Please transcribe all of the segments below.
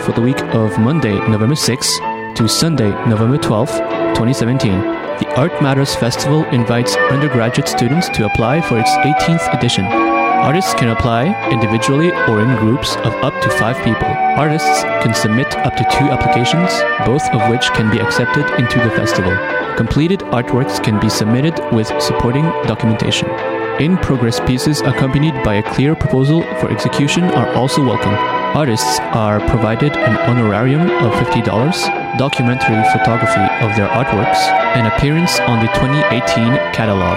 for the week of Monday, November 6th to Sunday, November 12th, 2017. The Art Matters Festival invites undergraduate students to apply for its 18th edition. Artists can apply individually or in groups of up to five people. Artists can submit up to two applications, both of which can be accepted into the festival. Completed artworks can be submitted with supporting documentation. In progress pieces accompanied by a clear proposal for execution are also welcome. Artists are provided an honorarium of $50, documentary photography of their artworks, and appearance on the 2018 catalog.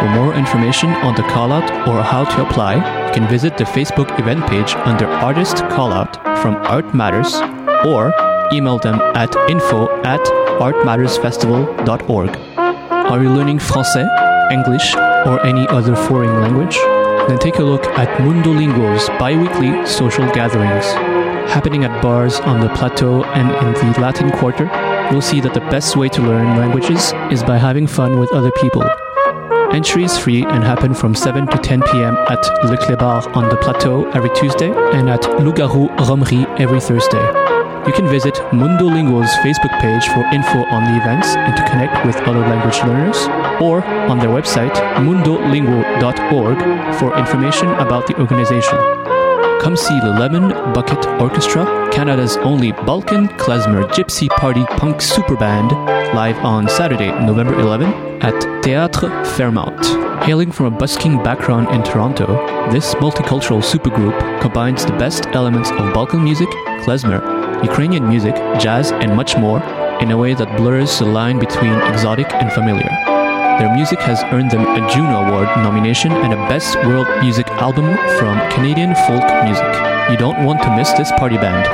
For more information on the callout or how to apply, you can visit the Facebook event page under Artist Callout from Art Matters or email them at info at artmattersfestival.org. Are you learning Francais, English, or any other foreign language? Then take a look at Mundolingo's bi weekly social gatherings. Happening at bars on the plateau and in the Latin Quarter, you'll see that the best way to learn languages is by having fun with other people. Entry is free and happen from 7 to 10 p.m. at Le Clébar on the Plateau every Tuesday and at Lougarou Romerie every Thursday. You can visit Mundolingo's Facebook page for info on the events and to connect with other language learners, or on their website mundolingo.org for information about the organization. Come see the Lemon Bucket Orchestra, Canada's only Balkan klezmer gypsy party punk superband, live on Saturday, November 11 at Théâtre Fairmount. Hailing from a busking background in Toronto, this multicultural supergroup combines the best elements of Balkan music, klezmer, Ukrainian music, jazz, and much more in a way that blurs the line between exotic and familiar. Their music has earned them a Juno Award nomination and a Best World Music Album from Canadian Folk Music. You don't want to miss this party band.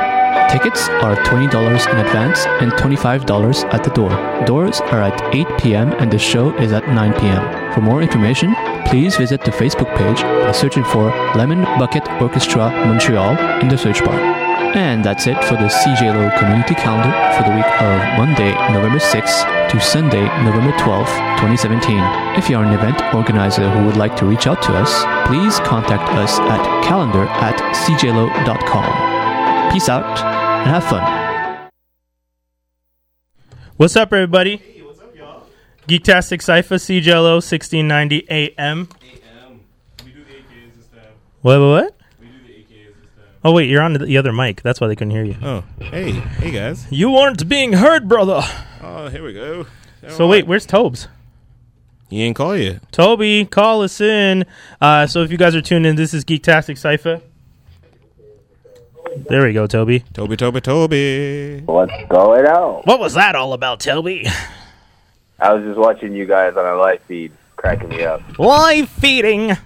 Tickets are $20 in advance and $25 at the door. Doors are at 8 p.m. and the show is at 9 p.m. For more information, please visit the Facebook page by searching for Lemon Bucket Orchestra Montreal in the search bar. And that's it for the CJLO community calendar for the week of Monday, November 6th to Sunday, November 12th, 2017. If you are an event organizer who would like to reach out to us, please contact us at calendar at cjlo.com. Peace out and have fun. What's up, everybody? Hey, what's up, y'all? Geektastic Cypher, CJLO, 1690 AM. We do the AKs this time. What, what, what? We do the AKs this time. Oh, wait, you're on the other mic. That's why they couldn't hear you. Oh, hey, hey guys. You aren't being heard, brother. Oh, here we go. Oh, So, wait, where's Tobes? he ain't call you. Toby, call us in. Uh, so, if you guys are tuned in, this is Geektastic Cypher. There we go, Toby. Toby, Toby, Toby. What's going on? What was that all about, Toby? I was just watching you guys on our live feed, cracking me up. Live feeding.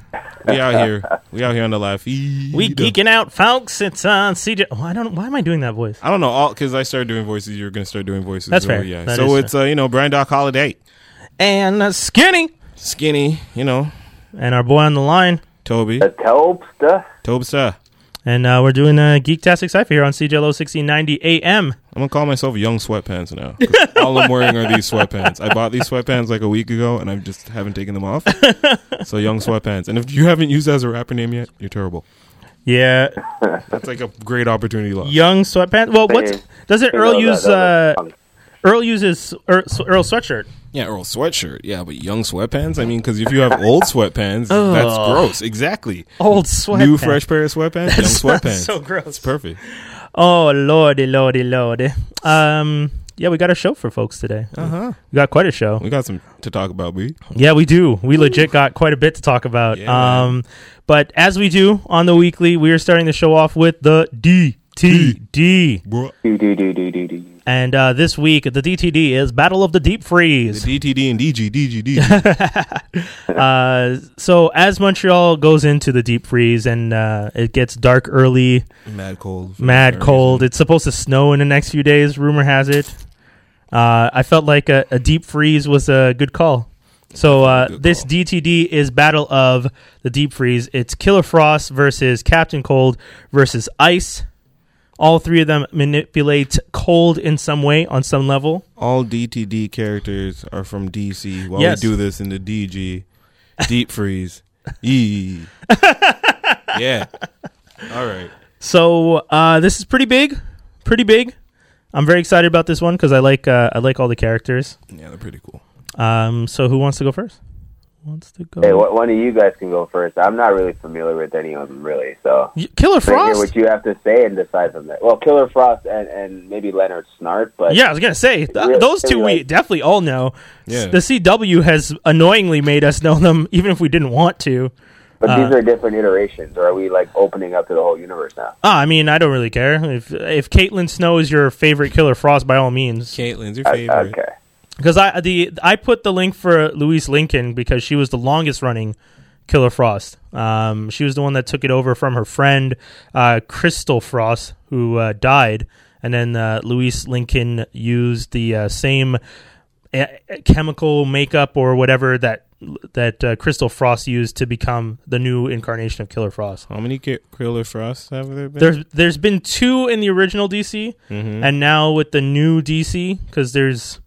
We out here. We out here on the live feed. We geeking out, folks. It's on CJ. Oh, I don't. Why am I doing that voice? I don't know all because I started doing voices. You're gonna start doing voices. That's so, fair. Yeah. That so is it's uh, you know Brian Doc Holiday, And uh, skinny. skinny, you know And our boy on the line. Toby, The Tobster. Tobster. And uh, we're doing a Geektastic Cypher here on CJLO 1690 AM. I'm gonna call myself Young Sweatpants now. 'cause all I'm wearing are these sweatpants. I bought these sweatpants like a week ago, and I just haven't taken them off. So Young Sweatpants. And if you haven't used that as a rapper name yet, you're terrible. Yeah, That's like a great opportunity lost. young sweatpants. Well, Hey. what doesn't Earl You know, use? Uh, that- that was funny. Earl uses Earl, Earl sweatshirt. Yeah, Earl sweatshirt. Yeah, but young sweatpants. I mean, because if you have old sweatpants, that's gross. Exactly. Old sweatpants. New fresh pair of sweatpants. young sweatpants. So gross. It's perfect. Oh lordy, lordy, lordy. Um, yeah, we got a show for folks today. Uh huh. We got quite a show. We got some to talk about, B. Yeah, we do. We legit got quite a bit to talk about. Yeah. Um, but as we do on the weekly, we are starting the show off with the DTD, Bruh. Do, do, do, do, do, do. and uh, this week the DTD is Battle of the Deep Freeze. DTD and DG, DG, DG. Uh, so as Montreal goes into the deep freeze and uh, it gets dark early, Mad cold. for mad no cold. It's supposed to snow in the next few days. Rumor has it. Uh, I felt like a, a deep freeze was a good call. So uh, Good this call. DTD is battle of the deep freeze. It's Killer Frost versus Captain Cold versus Ice. All three of them manipulate cold in some way on some level. reason. All DTD characters are from DC. While Yes. we do this in the DG, deep freeze. E. yeah. All right. So uh, this is pretty big. pretty big. I'm very excited about this one because I like uh, I like all the characters. Yeah, they're pretty cool. Um, so who wants to go first? Wants to go? Hey, wh- one of you guys can go first. I'm not really familiar with any of them, really. So Y- Killer I'm gonna hear Frost. what you have to say and decide from there. Well, Killer Frost and, and maybe Leonard Snart, but yeah, I was gonna say th- Yeah, those two we anyway. definitely all know. Yeah. The CW has annoyingly made us know them, even if we didn't want to. but these uh, are different iterations. Or are we like opening up to the whole universe now? Ah, I mean, I don't really care if if Caitlin Snow is your favorite Killer Frost, by all means. Caitlin's your O- favorite. Okay. Because I the I put the link for Louise Lincoln because she was the longest running Killer Frost. Um, she was the one that took it over from her friend uh, Crystal Frost, who uh, died, and then uh, Louise Lincoln used the uh, same uh, chemical makeup or whatever that that uh, Crystal Frost used to become the new incarnation of Killer Frost. How many Ki- Killer Frosts have there been? Mm-hmm. There's there's been two in the original DC, Mm-hmm. and now with the new DC because there's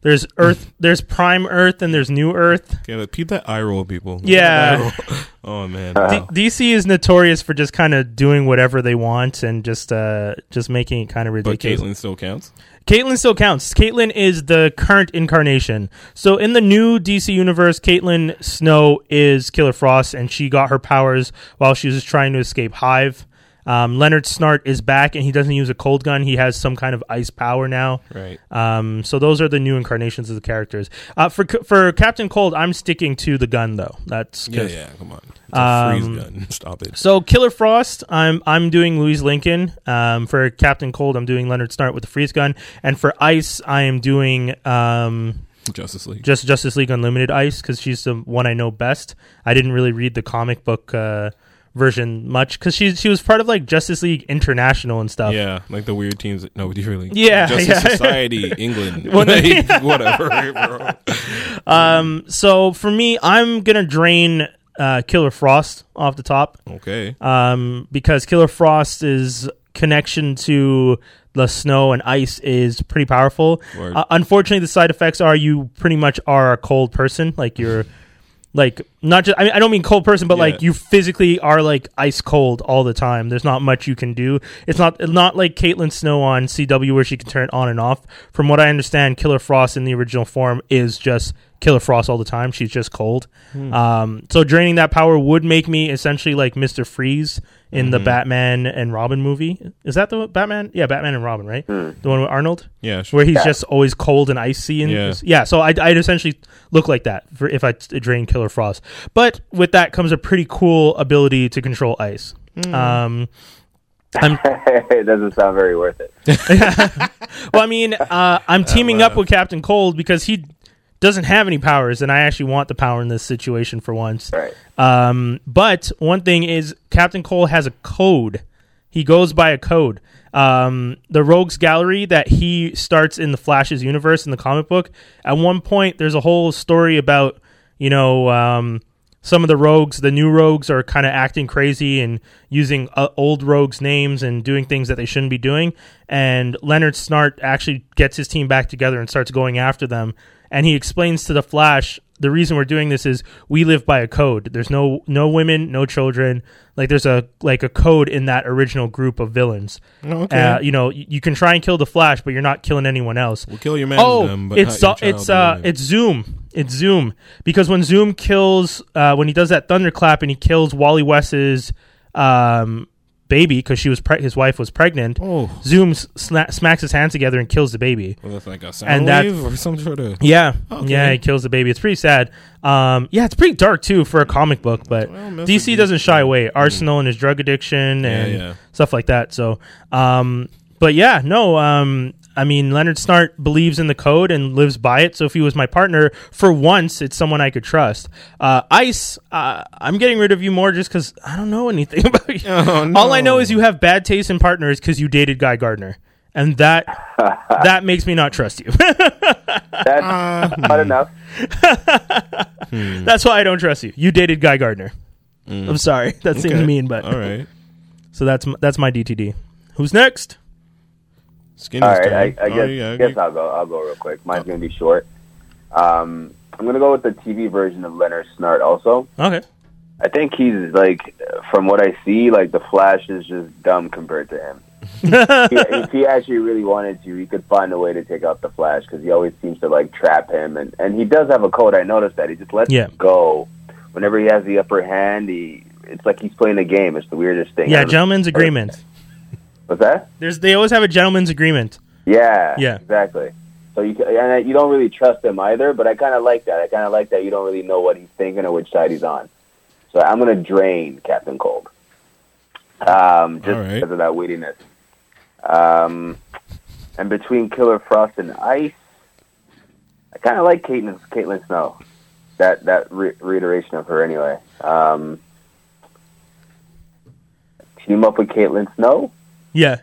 there's Earth, there's Prime Earth, and there's New Earth. okay, but keep that eye roll, people. Yeah. Keep that eye roll. oh man. Uh, D- DC is notorious for just kind of doing whatever they want and just uh just making it kind of but ridiculous. Caitlin still counts. Caitlyn still counts. Caitlyn is the current incarnation. So in the new DC universe, Caitlyn Snow is Killer Frost, and she got her powers while she was trying to escape Hive. Um, Leonard Snart is back, and he doesn't use a cold gun. He has some kind of ice power now. Right. Um, so those are the new incarnations of the characters. Uh, for for Captain Cold, I'm sticking to the gun though. That's Yeah, 'cause- yeah. Come on. It's a Um, freeze gun. Stop it. so Killer Frost, I'm I'm doing Louise Lincoln. Um, for Captain Cold, I'm doing Leonard Snart with the freeze gun, and for Ice, I am doing um, Justice League. just Justice League Unlimited Ice because she's the one I know best. I didn't really read the comic book uh, version much because she she was part of like Justice League International and stuff. yeah, like the weird teams that nobody really. Yeah, Justice yeah. Society, England. Well, Like, whatever, bro. Um, so for me, I'm gonna drain uh, Killer Frost off the top. Okay. um, because Killer Frost's connection to the snow and ice is pretty powerful. Word. Uh, unfortunately, the side effects are you pretty much are a cold person, like you're. Like not just I mean I don't mean cold person but Yeah. like you physically are like ice cold all the time. There's not much you can do. It's not not like Caitlyn Snow on CW where she can turn it on and off. From what I understand, Killer Frost in the original form is just Killer Frost all the time. She's just cold. Um, so draining that power would make me essentially like Mister Freeze in the Batman and Robin movie. Is that the Batman? Yeah, Batman and Robin, right? The one with Arnold, Yeah, sure. where he's just always cold and icy. And Yeah. yeah, so I'd, I'd essentially look like that for if I t- drain Killer Frost. But with that comes a pretty cool ability to control ice. Mm. Um, it doesn't sound very worth it. well, I mean, uh, I'm teaming up with Captain Cold because he doesn't have any powers, and I actually want the power in this situation for once. Right. Um, but one thing is, Captain Cole has a code. He goes by a code. Um, the Rogues Gallery that he starts in the Flash's universe in the comic book. At one point, there's a whole story about you know um, some of the rogues, the new rogues, are kind of acting crazy and using uh, old rogues' names and doing things that they shouldn't be doing. And Leonard Snart actually gets his team back together and starts going after them. And he explains to the Flash the reason we're doing this is we live by a code. There's no no women, no children. Like there's a like a code in that original group of villains. Okay. Uh, you know, y- you can try and kill the Flash, but you're not killing anyone else. we'll kill your man. Oh, them, but it's not uh, your it's child, uh, really. it's Zoom. It's Zoom because when Zoom kills, uh, when he does that thunderclap and he kills Wally West's um, baby because she was pre- his wife was pregnant. Oh. Zoom sna- smacks his hands together and kills the baby. Well, that's like a sound and that- wave or some sort of. Yeah, Okay. yeah, he kills the baby. It's pretty sad. Um, yeah, it's pretty dark too for a comic book, but Well, most of DC these- doesn't shy away. Arsenal and his drug addiction and Mm. yeah. stuff like that. So, um, but yeah, no. Um, I mean, Leonard Snart believes in the code and lives by it. So if he was my partner, for once, it's someone I could trust. Uh, Ice, uh, I'm getting rid of you more just because I don't know anything about you. Oh, no. All I know is you have bad taste in partners because you dated Guy Gardner, and that that makes me not trust you. That's Uh, Ah, not enough. That's why I don't trust you. You dated Guy Gardner. I'm sorry. That seems Mm. Okay. mean, but All right. so that's m- that's my DTD. Who's next? Skin All is right, I, I turning. guess, Oh, yeah, Oh. guess you- I'll go. I'll go real quick. Mine's gonna be short. Um, I'm gonna go with the TV version of Leonard Snart. Also, Okay. I think he's like, from what I see, like the Flash is just dumb compared to him. he, if he actually really wanted to, he could find a way to take out the Flash because he always seems to like trap him, and and he does have a code. I noticed that he just lets Yeah. him go. Whenever he has the upper hand, he it's like he's playing a game. It's the weirdest thing. I yeah, don't- gentleman's agreement. What's that? There's they always have a gentleman's agreement. Yeah. Yeah. Exactly. So you ca- and I- you don't really trust him either, but I kind of like that. I kind of like that you don't really know what he's thinking or which side he's on. So I'm gonna drain Captain Cold. Um, just All right. because of that wittiness. Um, and between Killer Frost and Ice, I kind of like Caitlin Caitlin Snow. That that re- reiteration of her anyway. Um, team up with Caitlin Snow Yeah.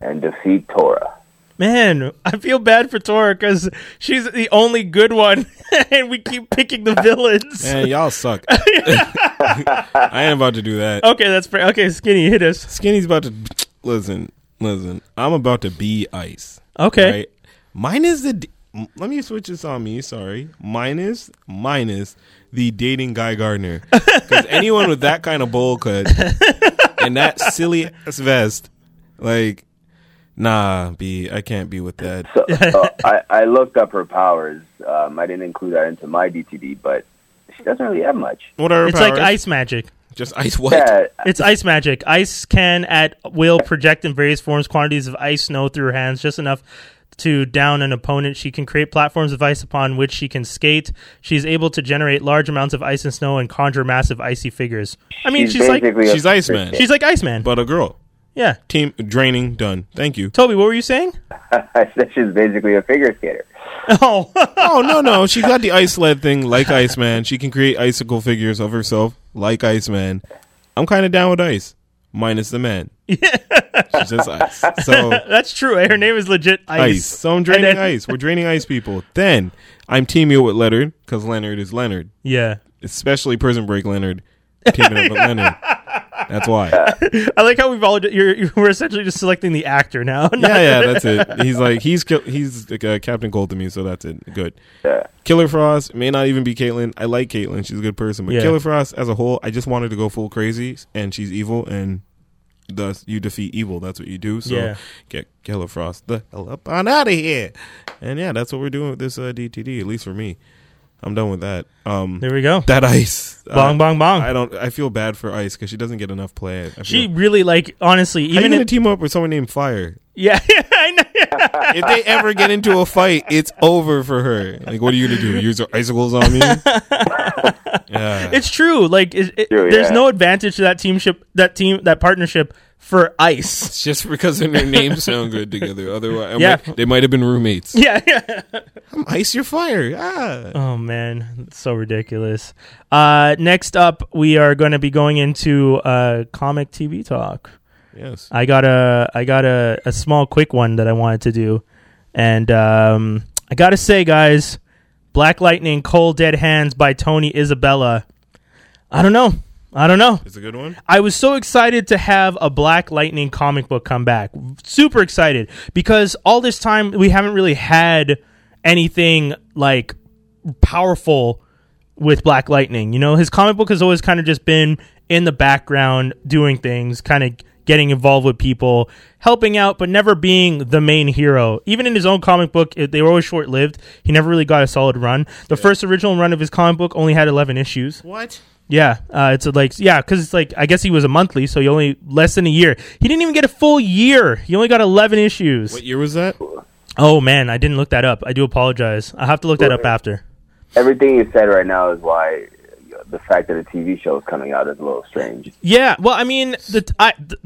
and defeat Tora. Man, I feel bad for Tora because she's the only good one, and we keep picking the villains. Man, y'all suck. I ain't about to do that. Okay, that's fair. Okay, Skinny, hit us. Skinny's about to listen. Listen, I'm about to be ice. Okay. Right? Mine is the. d- m- Let me switch this on me. Sorry. Minus minus the dating Guy Gardner because anyone with that kind of bowl cut and that silly ass vest, like, nah, be I can't be with that. So, so I, I looked up her powers. Um, I didn't include that into my DTD, but she doesn't really have much. What are her It's like powers? ice magic. Just ice. What? Yeah, It's ice magic. Ice can at will project in various forms quantities of ice snow through her hands, just enough to down an opponent. She can create platforms of ice upon which she can skate. She's able to generate large amounts of ice and snow and conjure massive icy figures. I mean, she's, like basically a- She's Iceman, she's like Iceman. but a girl. yeah. Team draining done. Thank you. Toby, what were you saying? I said she's basically a figure skater. Oh, Oh no no, she got the ice sled thing like Iceman. She can create icicle figures of herself like Iceman. I'm kind of down with ice, minus the man. She's just ice. So that's true. Her name is legit Ice. ice. So I'm draining And then- ice. We're draining ice people. Then I'm teaming up with Leonard because Leonard is Leonard, Yeah. especially Prison Break Leonard. Teaming up with Leonard. That's why. I like how we've all you're, you we're essentially just selecting the actor now. Yeah yeah, that's it. He's like he's ki- he's like, uh, Captain Cold to me, so that's it. Good. Yeah. Killer Frost may not even be Caitlyn. I like Caitlyn; she's a good person. But Yeah. Killer Frost as a whole, I just wanted to go full crazy, and she's evil, and thus you defeat evil. That's what you do. So Yeah. get Killer Frost the hell up on out of here. And yeah, that's what we're doing with this uh, DTD. At least for me, I'm done with that. Um, There we go. that ice, Bong, Uh, bong, bong. I don't. I feel bad for Ice because she doesn't get enough play. I feel- She really like honestly How you even gonna in, team up with someone named Fire? yeah I know. if they ever get into a fight, it's over for her. Like, what are you gonna do? Use your icicles on me? yeah. It's true. Like it, it- True, there's yeah. no advantage to that teamship, that team, that partnership for ice. It's just because their names sound good together. Otherwise, I'm Yeah. like, they might have been roommates. Yeah, yeah. I'm ice your fire. Ah. Oh man, that's so ridiculous. Uh, next up, we are going to be going into uh, comic TV talk. Yes. I got a I got a, a small quick one that I wanted to do, and um, I gotta say, guys, Black Lightning, Cold Dead Hands by Tony Isabella. I don't know. I don't know. It's a good one. I was so excited to have a Black Lightning comic book come back. Super excited because all this time we haven't really had anything like powerful with Black Lightning. You know, his comic book has always kind of just been in the background doing things, kind of getting involved with people, helping out, but never being the main hero. Even in his own comic book, it, they were always short lived. He never really got a solid run. The first original run of his comic book only had 11 issues. What? Yeah, uh, it's a, like yeah, because it's like I guess he was a monthly, so he only less than a year. He didn't even get a full year. He only got eleven issues. What year was that? Oh man, I didn't look that up. I do apologize. I will have to look that up after. Everything you said right now is why uh, the fact that a TV show is coming out is a little strange. Yeah, well, I mean the I, the,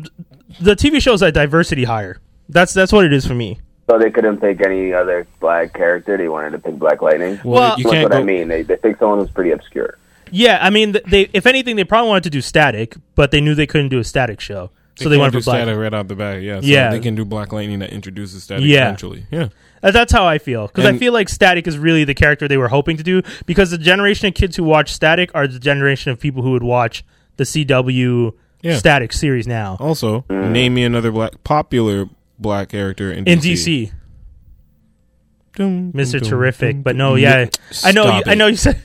the TV shows that diversity higher. That's that's what it is for me. So they couldn't pick any other black character. They wanted to pick Black Lightning. Well- you That's can't what go. I mean. They, they picked someone who's pretty obscure. Yeah, I mean th- they if anything they probably wanted to do static, but they knew they couldn't do a static show, so they can't went do for black. static right out the back. Yeah. So Yeah. They can do Black Lightning that introduces static Yeah. eventually. Yeah. Uh, That's how I feel because I And- feel like Static is really the character they were hoping to do because the generation of kids who watch Static are the generation of people who would watch the CW Yeah. Oh. Static series now Also, name me another black popular black character in DC. in DC. Dum, dum, Mister dum, Terrific, dum, but dum. no, yeah, I know, you, Stop I know it. you said,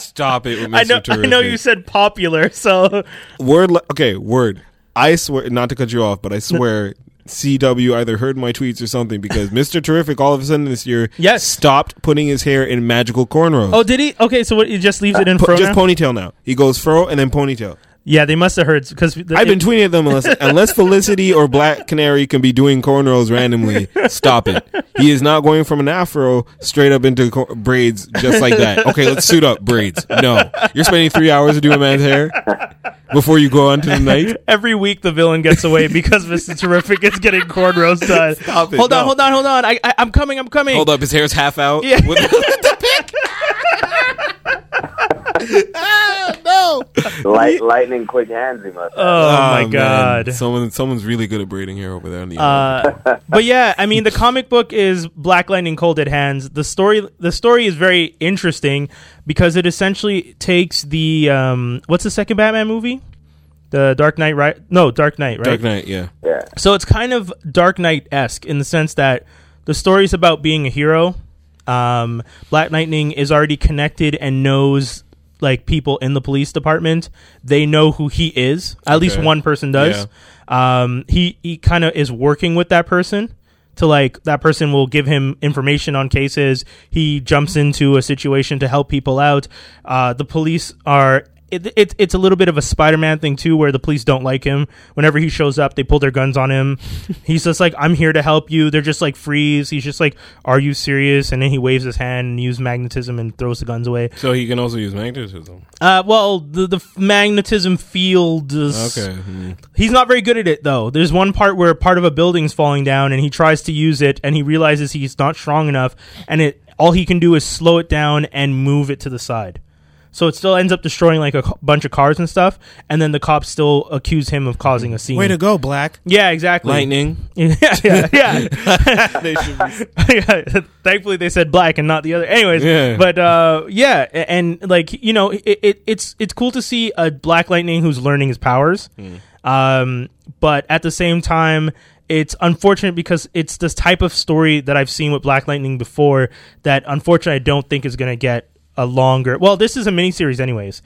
Stop it with Mr. I know, I know Terrific. you said popular, so Word. li- okay, word. I swear, not to cut you off, but I swear. CW either heard my tweets or something because Mr. Terrific all of a sudden this year Yes. stopped putting his hair in magical cornrows. Oh, did he? Okay, so what, he just leaves it in Po- fro just now? ponytail now. He goes fro and then ponytail. yeah, they must have heard because I've been tweeting at them unless unless Felicity or Black Canary can be doing cornrows randomly. Stop it. He is not going from an afro straight up into cor- braids just like that. Okay, let's suit up braids. No, you're spending three hours to do a man's hair before you go on to the night. Every week the villain gets away because Mr. Terrific is getting cornrows done. Stop it, hold on, no. hold on, hold on. I, I, I'm coming, I'm coming. Hold up, his hair's half out. Yeah. What the pick? no. Light, lightning quick hands he must have. Oh, my Ah, man. god. Someone, someone's really good at braiding hair over there on the. Uh, but yeah, I mean, the comic book is Black Lightning Cold Dead Hands. The story, the story is very interesting because it essentially takes the um, what's the second Batman movie, the Dark Knight, right? No, Dark Knight, right? Dark Knight, yeah. Yeah. So it's kind of Dark Knight esque in the sense that the story's about being a hero. Um, Black Lightning is already connected and knows like people in the police department. They know who he is. At least Okay. one person does. Um, he he kind of is working with that person to like that person will give him information on cases. He jumps into a situation to help people out. Uh, the police are. It, it, it's a little bit of a Spider-Man thing too, where the police don't like him. Whenever he shows up, they pull their guns on him. He's just like, "I'm here to help you." They're just like freeze. He's just like, "Are you serious?" And then he waves his hand and uses magnetism and throws the guns away. So he can also use magnetism. Uh, well, the, the magnetism field is Okay. hmm. He's not very good at it though. There's one part where part of a building's falling down and he tries to use it and he realizes he's not strong enough and it all he can do is slow it down and move it to the side. So it still ends up destroying like a c- bunch of cars and stuff and then the cops still accuse him of causing a scene. Way to go, Black. yeah, exactly. Lightning. yeah, yeah, yeah. they should be. Yeah, Thankfully, they said black and not the other. Anyways, Yeah. but uh, yeah, a- and like you know, it, it, it's it's cool to see a Black Lightning who's learning his powers, um, but at the same time. It's unfortunate because it's this type of story that I've seen with Black Lightning before that unfortunately I don't think is going to get a longer. Well, this is a miniseries, anyways.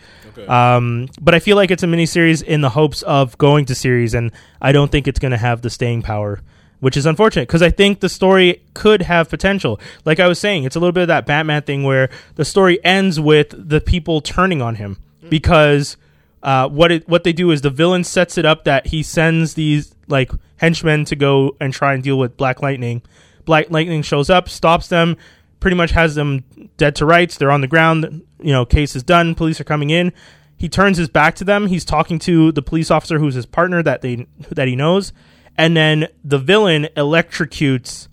Um, but I feel like it's a miniseries in the hopes of going to series, and I don't think it's going to have the staying power, which is unfortunate because I think the story could have potential. Like I was saying, it's a little bit of that Batman thing where the story ends with the people turning on him because uh, what it, what they do is the villain sets it up that he sends these like henchmen to go and try and deal with Black Lightning. Black Lightning shows up, stops them, pretty much has them dead to rights. They're on the ground. You know, case is done. Police are coming in. He turns his back to them. He's talking to the police officer who's his partner that they that he knows, and then the villain electrocutes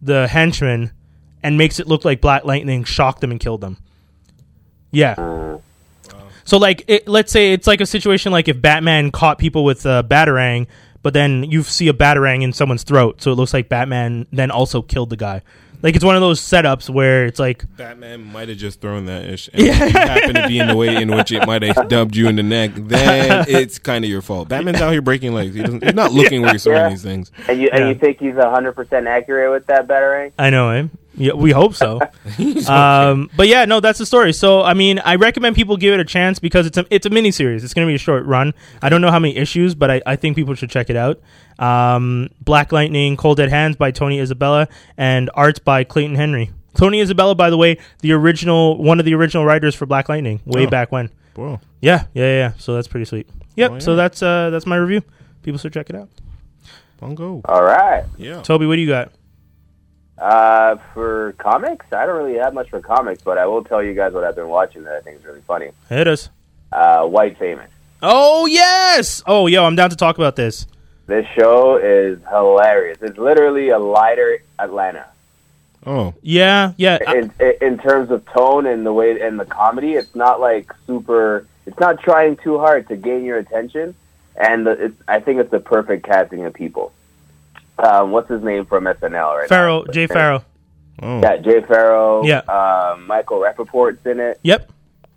the henchman and makes it look like Black Lightning shocked them and killed them. Yeah. So like, it, let's say it's like a situation like if Batman caught people with a batarang, but then you see a batarang in someone's throat, so it looks like Batman then also killed the guy. Like it's one of those setups where it's like, Batman might have just thrown that ish. And if you happen to be in the way in which it might have dubbed you in the neck, then it's kind of your fault. Batman's out here breaking legs. He doesn't, he's not looking where he's throwing Yeah. these things. And you Yeah. and you think he's hundred percent accurate with that batarang? I know, eh? Yeah, we hope so. um, but yeah, no, that's the story. So I mean, I recommend people give it a chance because it's a it's a mini series. It's going to be a short run. I don't know how many issues, but I, I think people should check it out. Um, Black Lightning, Cold Dead Hands by Tony Isabella, and arts by Clayton Henry. Tony Isabella, by the way, the original one of the original writers for Black Lightning, way Oh. back when. Well, Yeah, yeah, yeah. So that's pretty sweet. Yep. Oh, So yeah. that's uh, that's my review. People should check it out. Bongo. All right. Yeah. Toby, what do you got? Uh, for comics, I don't really have much for comics, but I will tell you guys what I've been watching that I think is really funny. Hit us. Uh, White Famous. Oh yes. Oh yo, I'm down to talk about this. This show is hilarious. It's literally a lighter Atlanta Oh, Yeah, yeah. uh, I- in, in, in terms of tone and the way and the comedy. It's not like super. It's not trying too hard to gain your attention, and the, it's, I think it's the perfect casting of people. Um, what's his name from SNL right Farrell, now? Jay Farrell. oh. Yeah, Jay Farrell. Yeah. Uh, Michael Rappaport's in it. Yep.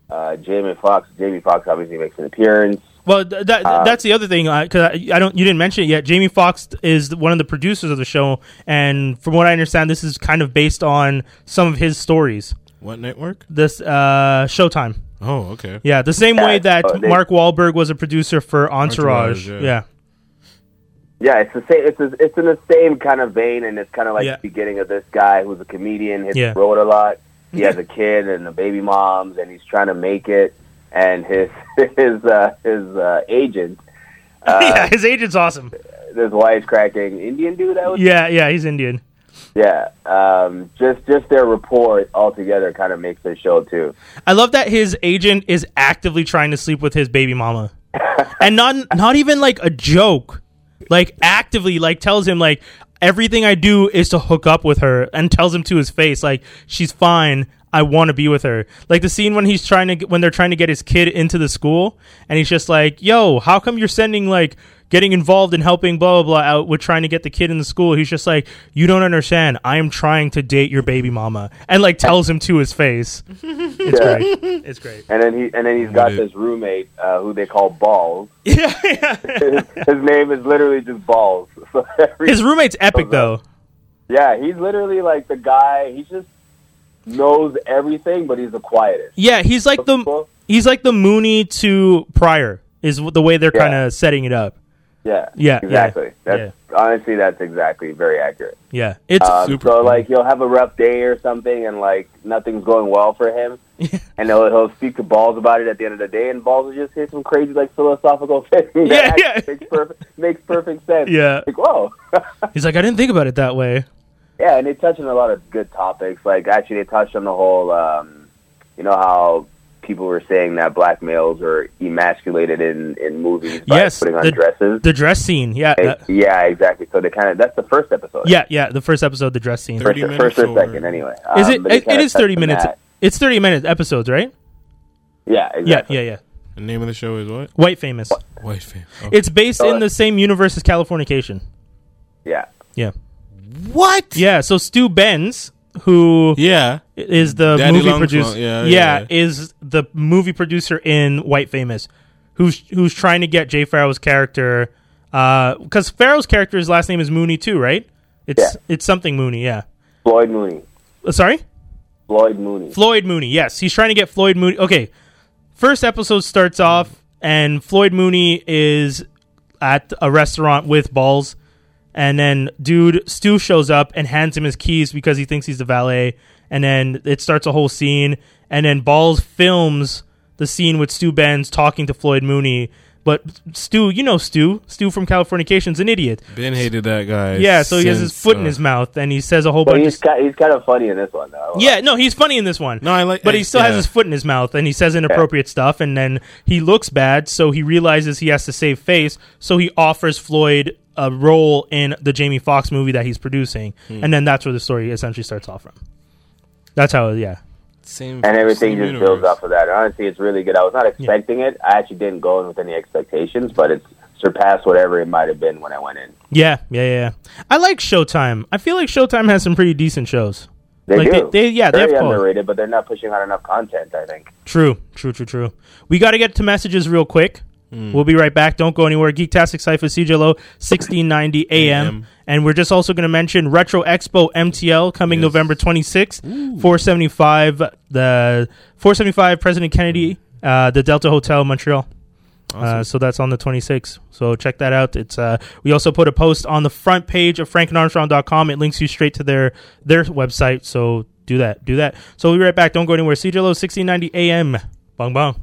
Uh, Jamie Fox. Jamie Fox obviously makes an appearance. Well, th- that Uh, that's the other thing because I, I don't you didn't mention it yet. Jamie Foxx is one of the producers of the show, and from what I understand, this is kind of based on some of his stories. What network? This uh, Showtime, Oh, okay. yeah, the same Yeah, way oh, that they- Mark Wahlberg was a producer for Entourage. Entourage, yeah. yeah. Yeah, it's the same. It's a, it's in the same kind of vein, and it's kind of like Yeah. the beginning of this guy who's a comedian, hits Yeah. the road a lot. He has a kid and a baby mom's, and he's trying to make it. And his his uh, his uh, agent, Uh, yeah, his agent's awesome. this wisecracking Indian dude, I would Yeah, yeah, he's Indian. yeah, um, just just their rapport altogether kind of makes their show too. I love that his agent is actively trying to sleep with his baby mama, and not not even like a joke, like actively like tells him like everything I do is to hook up with her, and tells him to his face like she's fine. I want to be with her. Like the scene when he's trying to get- when they're trying to get his kid into the school, and he's just like, "Yo, how come you're sending like?" Getting involved in helping blah blah blah out with trying to get the kid in the school. He's just like, you don't understand. I am trying to date your baby mama, and like tells him to his face. It's Yeah. great. It's great. And then he and then he's got Dude. this roommate uh, who they call Balls. Yeah, yeah. his, his name is literally just Balls. So every, His roommate's Oh, epic though. yeah, he's literally like the guy. He just knows everything, but he's the quietest. Yeah, he's like the he's like the Mooney to Pryor is the way they're Yeah. kind of setting it up. Yeah, Yeah, yeah, exactly. That's honestly, that's exactly very accurate. Yeah, it's Um, Super. So like, he'll have a rough day or something, and like nothing's going well for him, and he'll, he'll speak to Balls about it at the end of the day, and Balls will just hit some crazy like philosophical thing. Yeah, that actually yeah. Makes perfect makes perfect sense. yeah. Like whoa, He's like, I didn't think about it that way. yeah, and they touch on a lot of good topics. Like actually, they touched on the whole, um, you know how. People were saying that black males are emasculated in, in movies by Yes, putting on the- dresses. The dress scene. Yeah, that- yeah, exactly. So they kind of that's the first episode. yeah, yeah. The first episode, the dress scene. Thirty- first, minutes first or or- second anyway. Is Um, it? but they It, it kinda is thirty touched on minutes. that. It's thirty minutes episodes, right? Yeah, Yeah, exactly. yeah, yeah. The name of the show is what? White famous. White fan. It's based Oh, in the same universe as Californication. yeah. Yeah, what? yeah. So Stu Benz, who Yeah. is the Daddy movie Long producer. Claw, yeah, yeah, yeah. is the movie producer in White Famous, who's who's trying to get Jay Farrow's character, because Farrow's character's last name is Mooney too, right? It's it's something Mooney, yeah. Floyd Mooney. Uh, Sorry, Floyd Mooney. Floyd Mooney. Yes, he's trying to get Floyd Mooney. Okay, first episode starts off, and Floyd Mooney is at a restaurant with balls, and then dude Stu shows up and hands him his keys because he thinks he's the valet, and then it starts a whole scene, and then balls films the scene with Stu Benz talking to Floyd Mooney. But Stu, you know Stu, Stu from Californication's an idiot. Ben hated that guy. Yeah, so he has his since, foot uh, in his mouth, and he says a whole But bunch. he's of... kind, he's kind of funny in this one though. Yeah, no, he's funny in this one No, I like. but I- he still has yeah. his foot in his mouth and he says inappropriate stuff and then he looks bad so he realizes he has to save face so he offers floyd a role in the jamie Foxx movie that he's producing and then that's where the story essentially starts off from that's how yeah Same, And everything same just universe. builds up for that. Honestly, it's really good. I was not expecting it. I actually didn't go in with any expectations, but it's surpassed whatever it might have been when I went in. yeah yeah yeah yeah. i like showtime i feel like showtime has some pretty decent shows They Like, do. they- they- yeah, they very have quality. underrated, but they're not pushing out enough content. I think. True, true, true, true. We got to get to messages real quick. We'll be right back. Don't go anywhere. Geektastic Cypher, CJ Low, 1690 AM. AM. And we're just also going to mention Retro Expo MTL coming Yes. November 26th, 475, the 475 President Kennedy, uh, the Delta Hotel, Montreal. Uh, so that's on the 26th. So check that out. It's uh, we also put a post on the front page of frankenarmstrong.com. It links you straight to their their website. So do that. Do that. So we'll be right back. Don't go anywhere. CJ Low 1690 AM. Bong bong.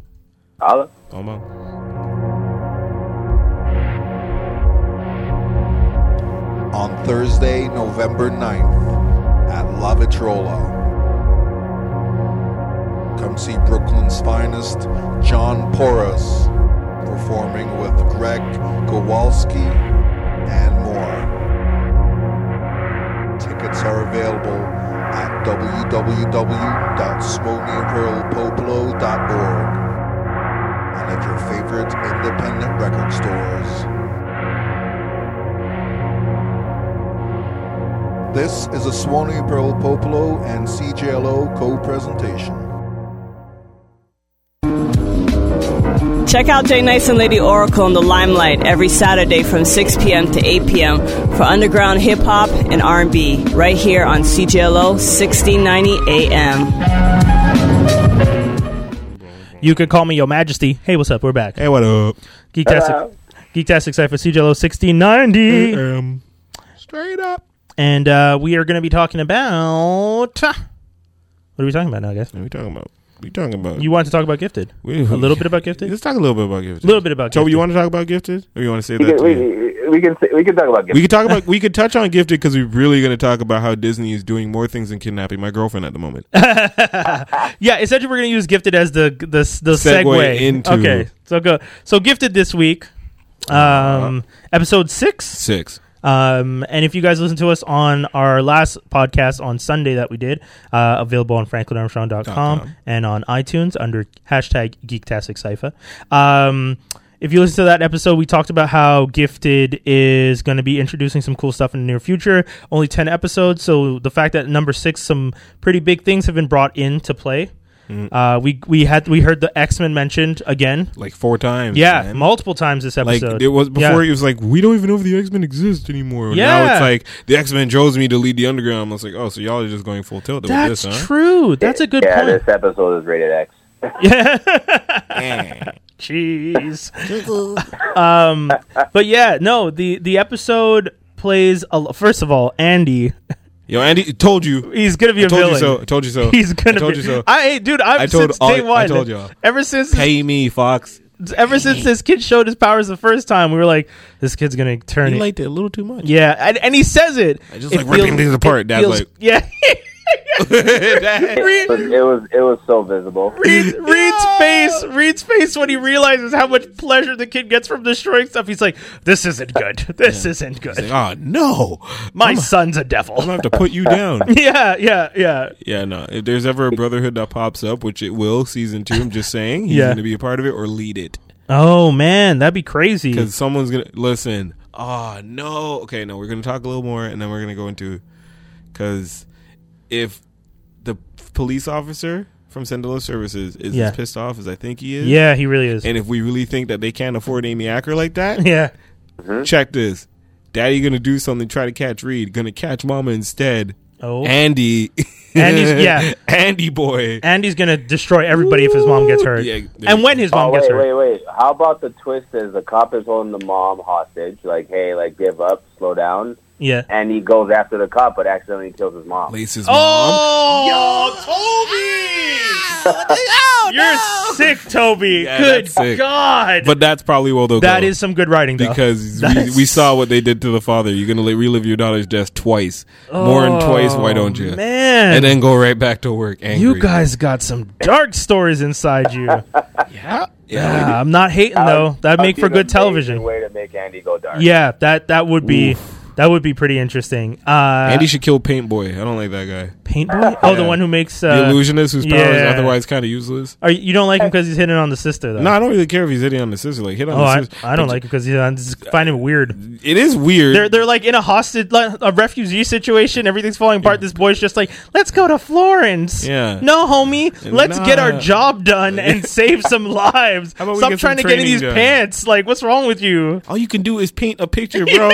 Olive? Come on. on Thursday, November 9th at La Vitrola. Come see Brooklyn's finest, John Porras, performing with Greg Kowalski and more. Tickets are available at www.smolniampearlpoplo.org and at your favorite independent record stores. This is a Swanee Pearl Popolo and CJLO co presentation. Check out Jay Nice and Lady Oracle in the Limelight every Saturday from 6 p.m. to 8 p.m. for underground hip hop and R&B right here on CGLO 1690 AM. You can call me Your Majesty. Hey, what's up? We're back. Hey, what up? Geektastic. Hello. Geektastic Cypher CJLO 1690. Um, straight up. And uh, we are going to be talking about. What are we talking about now, guys? What are we talking about? We talking about You want to talk about Gifted? we- A little bit about Gifted? Let's talk a little bit about gifted. A little bit about Toby, Gifted. you want to talk about gifted, or you want to say We that? can, to the end? we, we can say- we can talk about We gifted. could talk about we could touch on gifted because we're really going to talk about how Disney is doing more things than kidnapping my girlfriend at the moment. Yeah, essentially, we're going to use Gifted as the the, the Segue segue. into- Okay, so go. So Gifted this week, um, episode six. Six. Um, and if you guys listen to us on our last podcast on Sunday that we did, uh, available on franklinarmstrong.com com. and on iTunes under hashtag Geektastic Cypher. Um, if you listen to that episode, we talked about how Gifted is going to be introducing some cool stuff in the near future. Only 10 episodes. So the fact that number six, some pretty big things have been brought into play. Mm. Uh, we we had we heard the X Men mentioned again. like four times. Yeah, man. multiple times this like episode. it was Yeah. before. It was like we don't even know if the X Men exist anymore. now Yeah. it's like the X Men chose me to lead the underground. I was like, oh, so y'all are just going full tilt with That's this, huh? true. That's a good yeah, point. this episode is rated X. Jeez. um, but yeah, no, the the episode plays a, lo- first of all, Andy, Yo, Andy told you. he's gonna be a I told villain. you so. I told you so. He's gonna I told be. you so. I dude, I've I told since day all- I one. told y'all. Ever since Pay me, Fox. ever since this kid showed his powers the first time, we were like, this kid's gonna turn. He it. liked it a little too much. yeah, and, and he says it. I just It like ripping things apart. it Dad's feels- like- yeah. It was, it was it was so visible. Reed's, Reed's face, Reed's face when he realizes how much pleasure the kid gets from destroying stuff. He's like, "This isn't good. This isn't good. Like, oh no, My I'm, son's a I'm devil." gonna have to put you down. yeah, yeah, yeah. Yeah, no. If there's ever a brotherhood that pops up, which it will, season two. I'm just saying, he's Yeah. going to be a part of it or lead it Oh man, that'd be crazy. because someone's going to listen. Oh no. Okay, no. We're going to talk a little more, and then we're going to go into because if the police officer from Sendela Services is Yeah. as pissed off as I think he is, Yeah, he really is. And if we really think that they can't afford Amy Acker like that, yeah, check this. Daddy gonna do something. Try to catch Reed. Gonna catch Mama instead. Oh. Andy. Andy's- yeah. Andy boy. Andy's gonna destroy everybody if his mom gets hurt, Yeah, there and you when go. his mom Oh gets wait, hurt. wait, wait! How about the twist? Is the cop is holding the mom hostage? Like, hey, like give up, slow down, Yeah. and he goes after the cop, but accidentally kills his mom. Lace's mom. Oh, Toby! You're sick, Toby. Yeah, Good that's sick. God. But that's probably where they'll that go. is some good writing, though. because we, That's- we saw what they did to the father. You're gonna li- relive your daughter's death twice, more than twice. Why don't you? man. And then go right back to work. Angry. You guys got some dark stories inside you. Yeah. Ah, Yeah. I'm not hating though. That'd make for That'd be an good television. amazing Way to make Andy go dark. Yeah, that that would be that would be pretty interesting. Uh Andy should kill Paint Boy. I don't like that guy. Paintboy? Oh, the Yeah. one who makes The uh, illusionist whose power is yeah. otherwise kind of useless. Are you, you don't like him because he's hitting on the sister though? No, I don't really care if he's hitting on the sister. Like hit on Oh, the I, sister. I don't like him because yeah, I just find him weird. It is weird. They're they're like in a hostage, like, a refugee situation. Everything's falling apart. This boy's just like, let's go to Florence. Yeah. No, homie, let's get our Nah. job done and save some lives. about we Stop get some trying to get in training these done. pants. Like, what's wrong with you? All you can do is paint a picture, bro.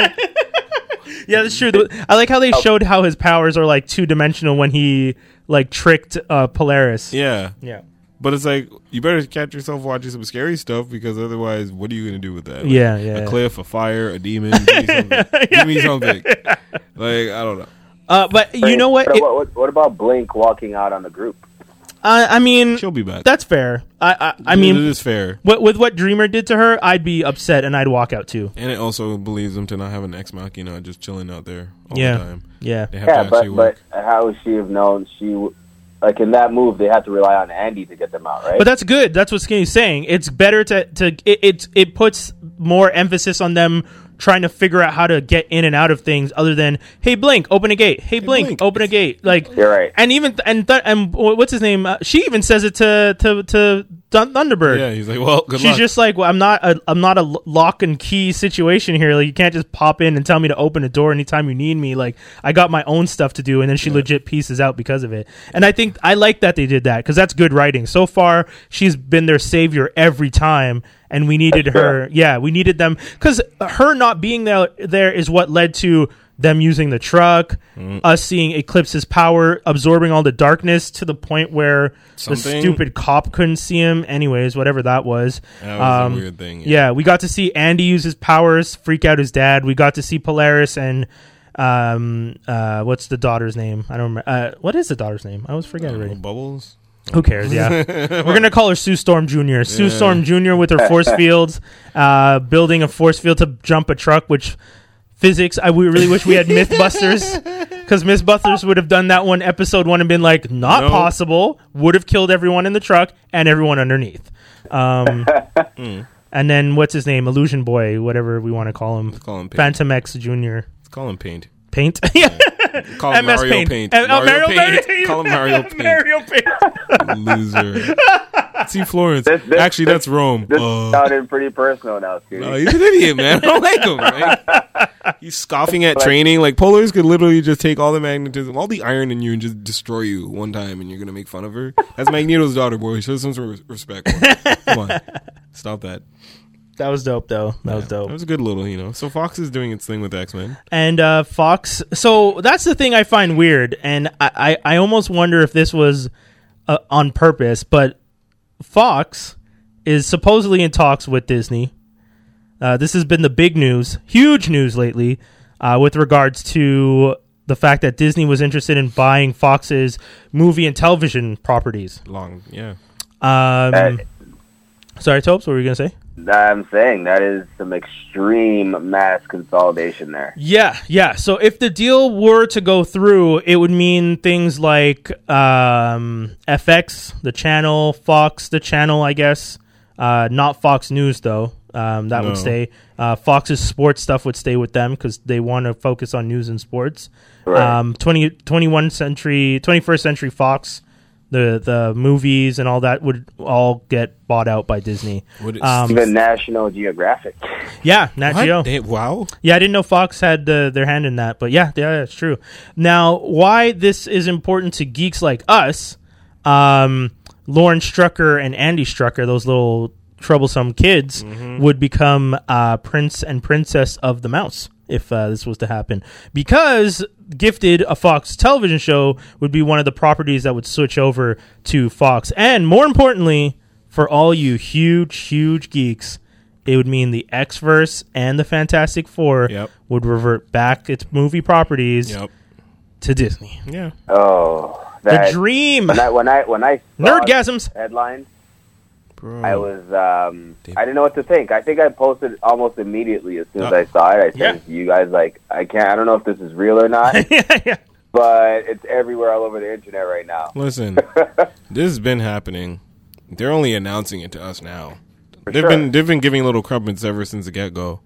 Yeah, that's true. The- I like how they showed how his powers are like two dimensional when he like tricked uh, Polaris. yeah. yeah, But it's like you better catch yourself watching some scary stuff because otherwise, what are you going to do with that? Like, Yeah, yeah, yeah. A cliff, a fire, a demon. Give me something. Give me something. Like I don't know. Uh, but you know what? But It- what, what? What about Blink walking out on the group? I, I mean, She'll be back. that's fair. I I, I it mean, is fair, with, with what Dreamer did to her, I'd be upset and I'd walk out too. and it also believes them to not have an ex machina just chilling out there all Yeah. the time. Yeah, They have Yeah, to but actually but work. how would she have known she? w- Like in that move, they had to rely on Andy to get them out, right? but that's good. That's what Skinny's saying. It's better to to it it, it puts more emphasis on them. Trying to figure out how to get in and out of things, other than hey Blink, open a gate. Hey, Blink, Blink. open a gate. Like You're right. and even and th- and wh- what's his name? Uh, she even says it to to to Thun- Thunderbird. yeah, he's like, well, good She's luck. just like, well, I'm not a I'm not a lo- lock and key situation here. Like you can't just pop in and tell me to open a door anytime you need me. Like I got my own stuff to do, and then she legit pieces out because of it. And I think I like that they did that because that's good writing. So far, she's been their savior every time, and we needed her. Yeah, we needed them because her not being there there is what led to them using the truck, Mm. us seeing Eclipse's power absorbing all the darkness to the point where the Something- stupid cop couldn't see him. Anyways, whatever that was. Uh, That was a weird thing, um, Yeah. Oh, yeah. we got to see Andy use his powers, freak out his dad. We got to see Polaris and um uh what's the daughter's name? I don't remember. Uh, what is the daughter's name? I always forget already. Bubbles. Who cares? Yeah, we're gonna call her Sue Storm Jr. Sue Storm Jr. with her force fields, uh, building a force field to jump a truck. Which physics? I we really wish we had MythBusters because MythBusters would have done that one episode one and been like, not No. possible. Would have killed everyone in the truck and everyone underneath. Um, Hmm. And then what's his name? Illusion Boy, whatever we want to call him. Call him paint. Phantom X Jr. Call him paint. Paint. yeah. Call him MS Mario Paint. Paint. Uh, oh, Mario, Mario Paint. Paint. Call him Mario Paint. Mario Paint. Loser. See Florence. This- this- Actually, that's Rome. This Uh, sounded pretty personal now, Scooty. No, Oh, he's an idiot, man. I don't like him. Right? He's scoffing at training. Like polars could literally just take all the magnetism, all the iron in you, and just destroy you one time, and you're gonna make fun of her. That's Magneto's daughter, boy. Show some sort of respect. boy. Come on, stop that. That was dope, though. That was That dope. was a good little, you know. So Fox is doing its thing with X Men. And uh, Fox. So that's the thing I find weird, and I, I, I almost wonder if this was uh, on purpose. But Fox is supposedly in talks with Disney. Uh, this has been the big news, huge news lately, uh, with regards to the fact that Disney was interested in buying Fox's movie and television properties. Long, yeah. Um, That- sorry, Topes, what were you gonna say? I'm saying that is some extreme mass consolidation there. Yeah, yeah. So if the deal were to go through, it would mean things like um, FX, the channel, Fox, the channel, I guess. Uh, not Fox News, though. Um, that No. would stay. Uh, Fox's sports stuff would stay with them because they want to focus on news and sports. Right. Um, 20, 21 century, 21st century Fox, the, the movies and all that would all get bought out by Disney. What is- Um, Even National Geographic. yeah, Nat What? Geo. They- wow. Yeah, I didn't know Fox had uh, their hand in that, but yeah, yeah, that's true. Now, why this is important to geeks like us, um, Lauren Strucker and Andy Strucker, those little troublesome kids, Mm-hmm. would become uh, Prince and Princess of the Mouse if uh, this was to happen. Because Gifted, a Fox television show, would be one of the properties that would switch over to Fox. And more importantly, for all you huge, huge geeks, it would mean the X Verse and the Fantastic Four Yep. would revert back its movie properties Yep. to Disney. Yeah. Oh, The that dream, when I when I when I saw nerdgasms. that headline, Bro. I was um, I didn't know what to think. I think I posted almost immediately as soon as I saw it. I Uh. Yeah. sent it to you guys like I can't. I don't know if this is real or not, yeah, yeah. but it's everywhere all over the internet right now. Listen, this has been happening. They're only announcing it to us now. They've sure. been they've been giving little crumpets ever since the get go.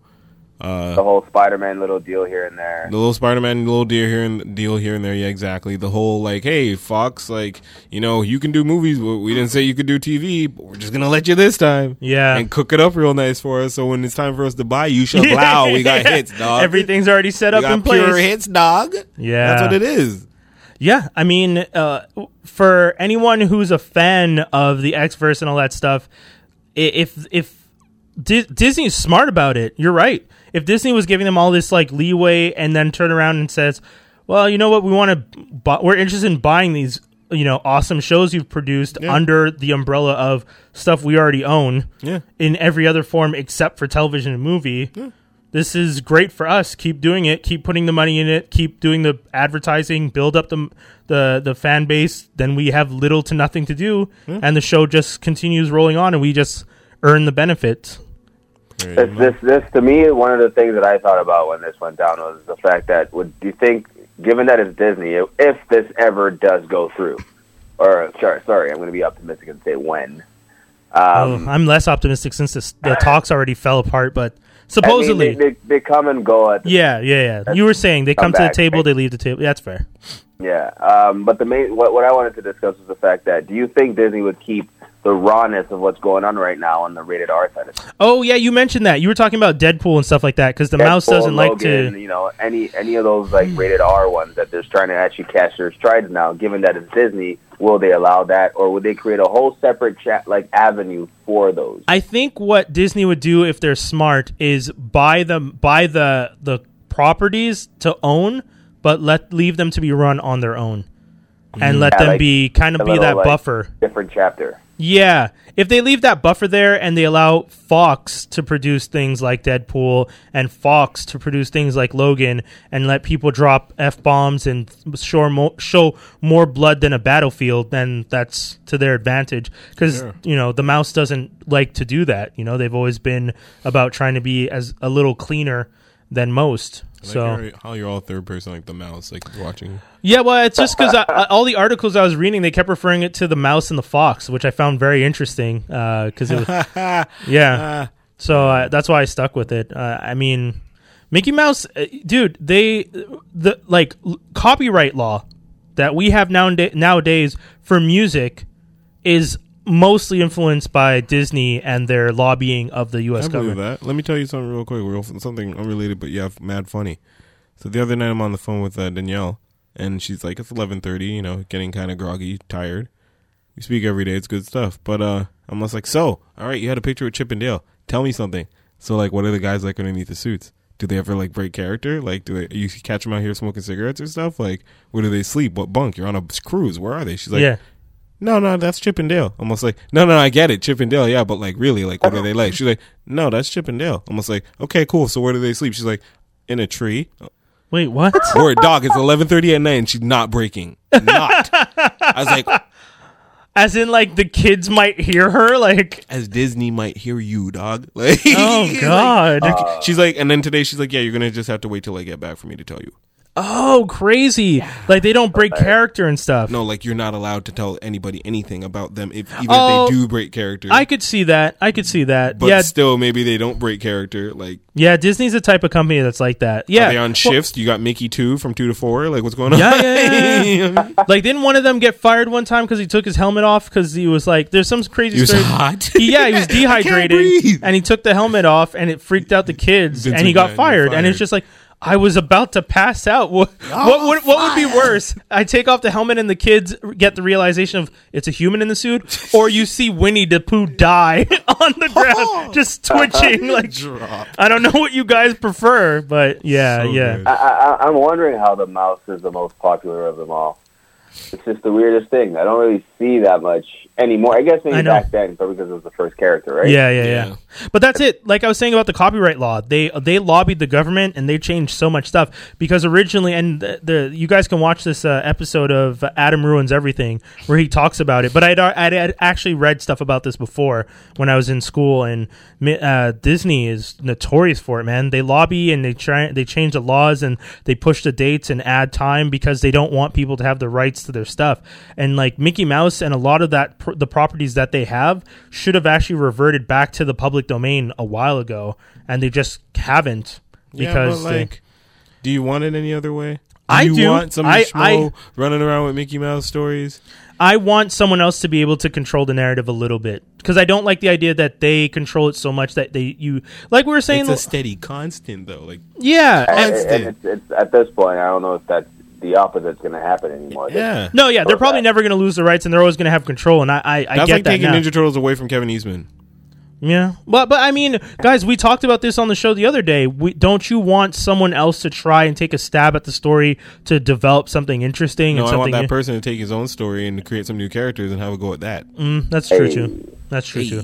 The whole Spider-Man little deal here and there. The little Spider-Man, the little deer here and deal here and there. Yeah, exactly. The whole like, hey, Fox, like, you know, you can do movies. But we didn't say you could do TV, but we're just gonna let you this time. Yeah. and cook it up real nice for us. So when it's time for us to buy, you should Yeah, blow. We got yeah. hits, dog. Everything's already set we up got in place. pure hits, dog. Yeah. that's what it is. Yeah, I mean, uh, for anyone who's a fan of the X Verse and all that stuff, i- if if Di- Disney is smart about it, you're right. If Disney was giving them all this like leeway and then turn around and says, "Well, you know what? We want to. Bu- we're interested in buying these, you know, awesome shows you've produced under the umbrella of stuff we already own Yeah. in every other form except for television and movie." this is great for us. Keep doing it. Keep putting the money in it. Keep doing the advertising. Build up the the the fan base. Then we have little to nothing to do, and the show just continues rolling on, and we just earn the benefits. Um, This, this, this, to me, one of the things that I thought about when this went down was the fact that would do you think, given that it's Disney, if- if this ever does go through, or sorry, sorry, I'm going to be optimistic and say when. Oh, Um, I'm less optimistic since this, the talks already fell apart, but I mean, supposedly, they, they, they come and go at the yeah, yeah, yeah. You were saying they come Come to the back, table, right? they leave the table. Yeah, that's fair. Yeah, um, but the main what, what I wanted to discuss was the fact that do you think Disney would keep the rawness of what's going on right now on the rated R side? Of it? Oh yeah, you mentioned that you were talking about Deadpool and stuff like that because the mouse Deadpool, doesn't like Logan, to. Hmm. you know any any of those like rated R ones that they're trying to actually catch their strides now. Given that it's Disney, will they allow that, or would they create a whole separate chat like avenue for those? I think what Disney would do if they're smart is buy them buy the the properties to own, but let leave them to be run on their own, and let Mm. Yeah, them like be kind a of be little, that like, buffer. Different chapter. Yeah, if they leave that buffer there and they allow Fox to produce things like Deadpool and Fox to produce things like Logan and let people drop f bombs and show more, show more blood than a battlefield, then that's to their advantage. Because you know the mouse doesn't like to do that. You know they've always been about trying to be as a little cleaner than most. I like so your- how you're all third person like the mouse like watching. yeah, well, it's just because all the articles I was reading, they kept referring it to the mouse and the fox, which I found very interesting. Because it was, yeah, so uh, that's why I stuck with it. Uh, I mean, Mickey Mouse, uh, dude, they the like l- copyright law that we have now nowadays for music is mostly influenced by Disney and their lobbying of the U.S. I believe government. that. Let me tell you something real quick, real, something unrelated, but yeah, mad funny. So the other night I'm on the phone with uh, Danielle, and she's like, "It's 11:30, you know, getting kind of groggy, tired. We speak every day; it's good stuff." But uh, I'm just like, "So, all right, you had a picture with Chip and Dale. Tell me something. So, like, what are the guys like underneath the suits? Do they ever like break character? Like, do they you catch them out here smoking cigarettes or stuff? Like, where do they sleep? What bunk? You're on a cruise. Where are they?" She's like, yeah. no, no, that's Chip and Dale. Almost like, no, no, I get it, Chip and Dale. Yeah, but like, really, like, what are they like? She's like, no, that's Chip and Dale. Almost like, okay, cool. So where do they sleep? She's like, in a tree Wait, what? or a dog. It's eleven thirty at night, and she's not breaking. Not. I was like, As in, like the kids might hear her, like, as Disney might hear you, dog. Like, oh like, uh, god. she's like, and then today she's like, yeah, you're gonna just have to wait till I get back for me to tell you. Oh, crazy! Like they don't break character and stuff. No, like you're not allowed to tell anybody anything about them if even Oh, if they do break character. I could see that. I could see that. but yeah, still, maybe they don't break character. Like, yeah. Disney's the type of company that's like that. Are Yeah, they on Well, shifts? you got Mickey two from two to four. Like what's going on? Yeah, yeah, like didn't one of them get fired one time because he took his helmet off because he was like, "There's some crazy." He was story- hot. He- yeah, he was dehydrated breathe. and he took the helmet off and it freaked out the kids Vince and he got McMahon, fired. you're And it's fired. just like. I was about to pass out. What, Ah, what, would, what would be worse? I take off the helmet and the kids get the realization of it's a human in the suit, or you see Winnie the Pooh die on the ground, just twitching. Like Drop. I don't know what you guys prefer, but yeah, So yeah. good. I, I, I'm wondering how the mouse is the most popular of them all. It's just the weirdest thing. I don't really see that much anymore. I guess I maybe know. back then, probably because it was the first character, right? Yeah, yeah, yeah, Yeah. But that's it. Like I was saying about the copyright law, they they lobbied the government and they changed so much stuff because originally, and the, the you guys can watch this uh, episode of Adam ruins everything where he talks about it. But I'd, I'd, I'd actually read stuff about this before when I was in school, and mi- uh, Disney is notorious for it, man. They lobby and they try they change the laws and they push the dates and add time because they don't want people to have the rights to their stuff. And like Mickey Mouse and a lot of that pr- the properties that they have should have actually reverted back to the public domain a while ago, and they just haven't because yeah, but they- like, do you want it any other way? Do I you do. want some I- schmo running around with Mickey Mouse stories? I want someone else to be able to control the narrative a little bit because I don't like the idea that they control it so much that they you like we were saying It's a steady constant though. Like yeah And, and- and it's, it's, at this point, I don't know if that's the opposite's going to happen anymore. yeah. no yeah they're probably that. never going to lose the rights and they're always going to have control and I I, I That's get like that taking now. Ninja Turtles away from Kevin Eastman. Yeah. But but I mean, guys, we talked about this on the show the other day. We, don't you want someone else to try and take a stab at the story to develop something interesting No, and I want something that person to take his own story and create some new characters and have a go at that. That's true too. That's true too.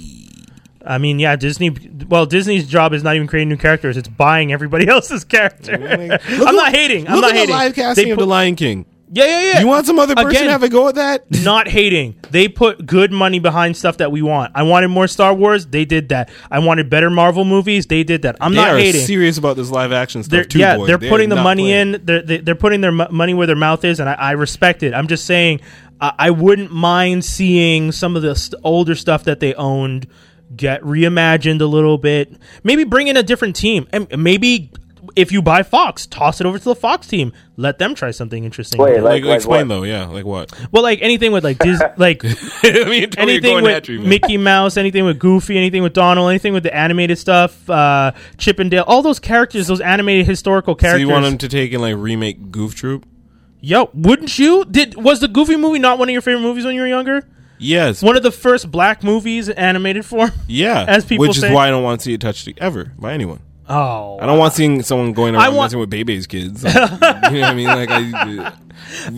I mean, yeah, Disney. Well, Disney's job is not even creating new characters; it's buying everybody else's character. Like, look I'm at- not hating. I'm look not at hating. the live casting They of put- The Lion King. yeah, yeah, yeah. You want some other person Again, to have a go at that? not hating. They put good money behind stuff that we want. I wanted more Star Wars. They did that. I wanted better Marvel movies. They did that. I'm they not are hating. serious about this live action stuff they're, too. yeah, boy. they're They are putting the not money playing. in. They're, they- they're putting their mo- money where their mouth is, and I, I respect it. I'm just saying, I, I wouldn't mind seeing some of the st- older stuff that they owned get reimagined a little bit. Maybe bring in a different team, and maybe if you buy Fox, toss it over to the Fox team. Let them try something interesting. Wait, Like, Like- like explain what? though, yeah, like what? well, like anything with like Dis- like I mean, tell me you're anything going with at you, man. Mickey Mouse, anything with Goofy, anything with Donald, anything with the animated stuff, uh, Chip and Dale, all those characters, those animated historical So characters. you want them to take and like remake Goof Troop? Yo, wouldn't you? Did was the Goofy movie not one of your favorite movies when you were younger? Yes, One of the first black movies in animated form. Yeah, as people which say. is why I don't want to see it touched ever by anyone. Oh, I don't want seeing someone going around I want- messing with Bebe's kids. Like, you know what I mean? Like, I, uh,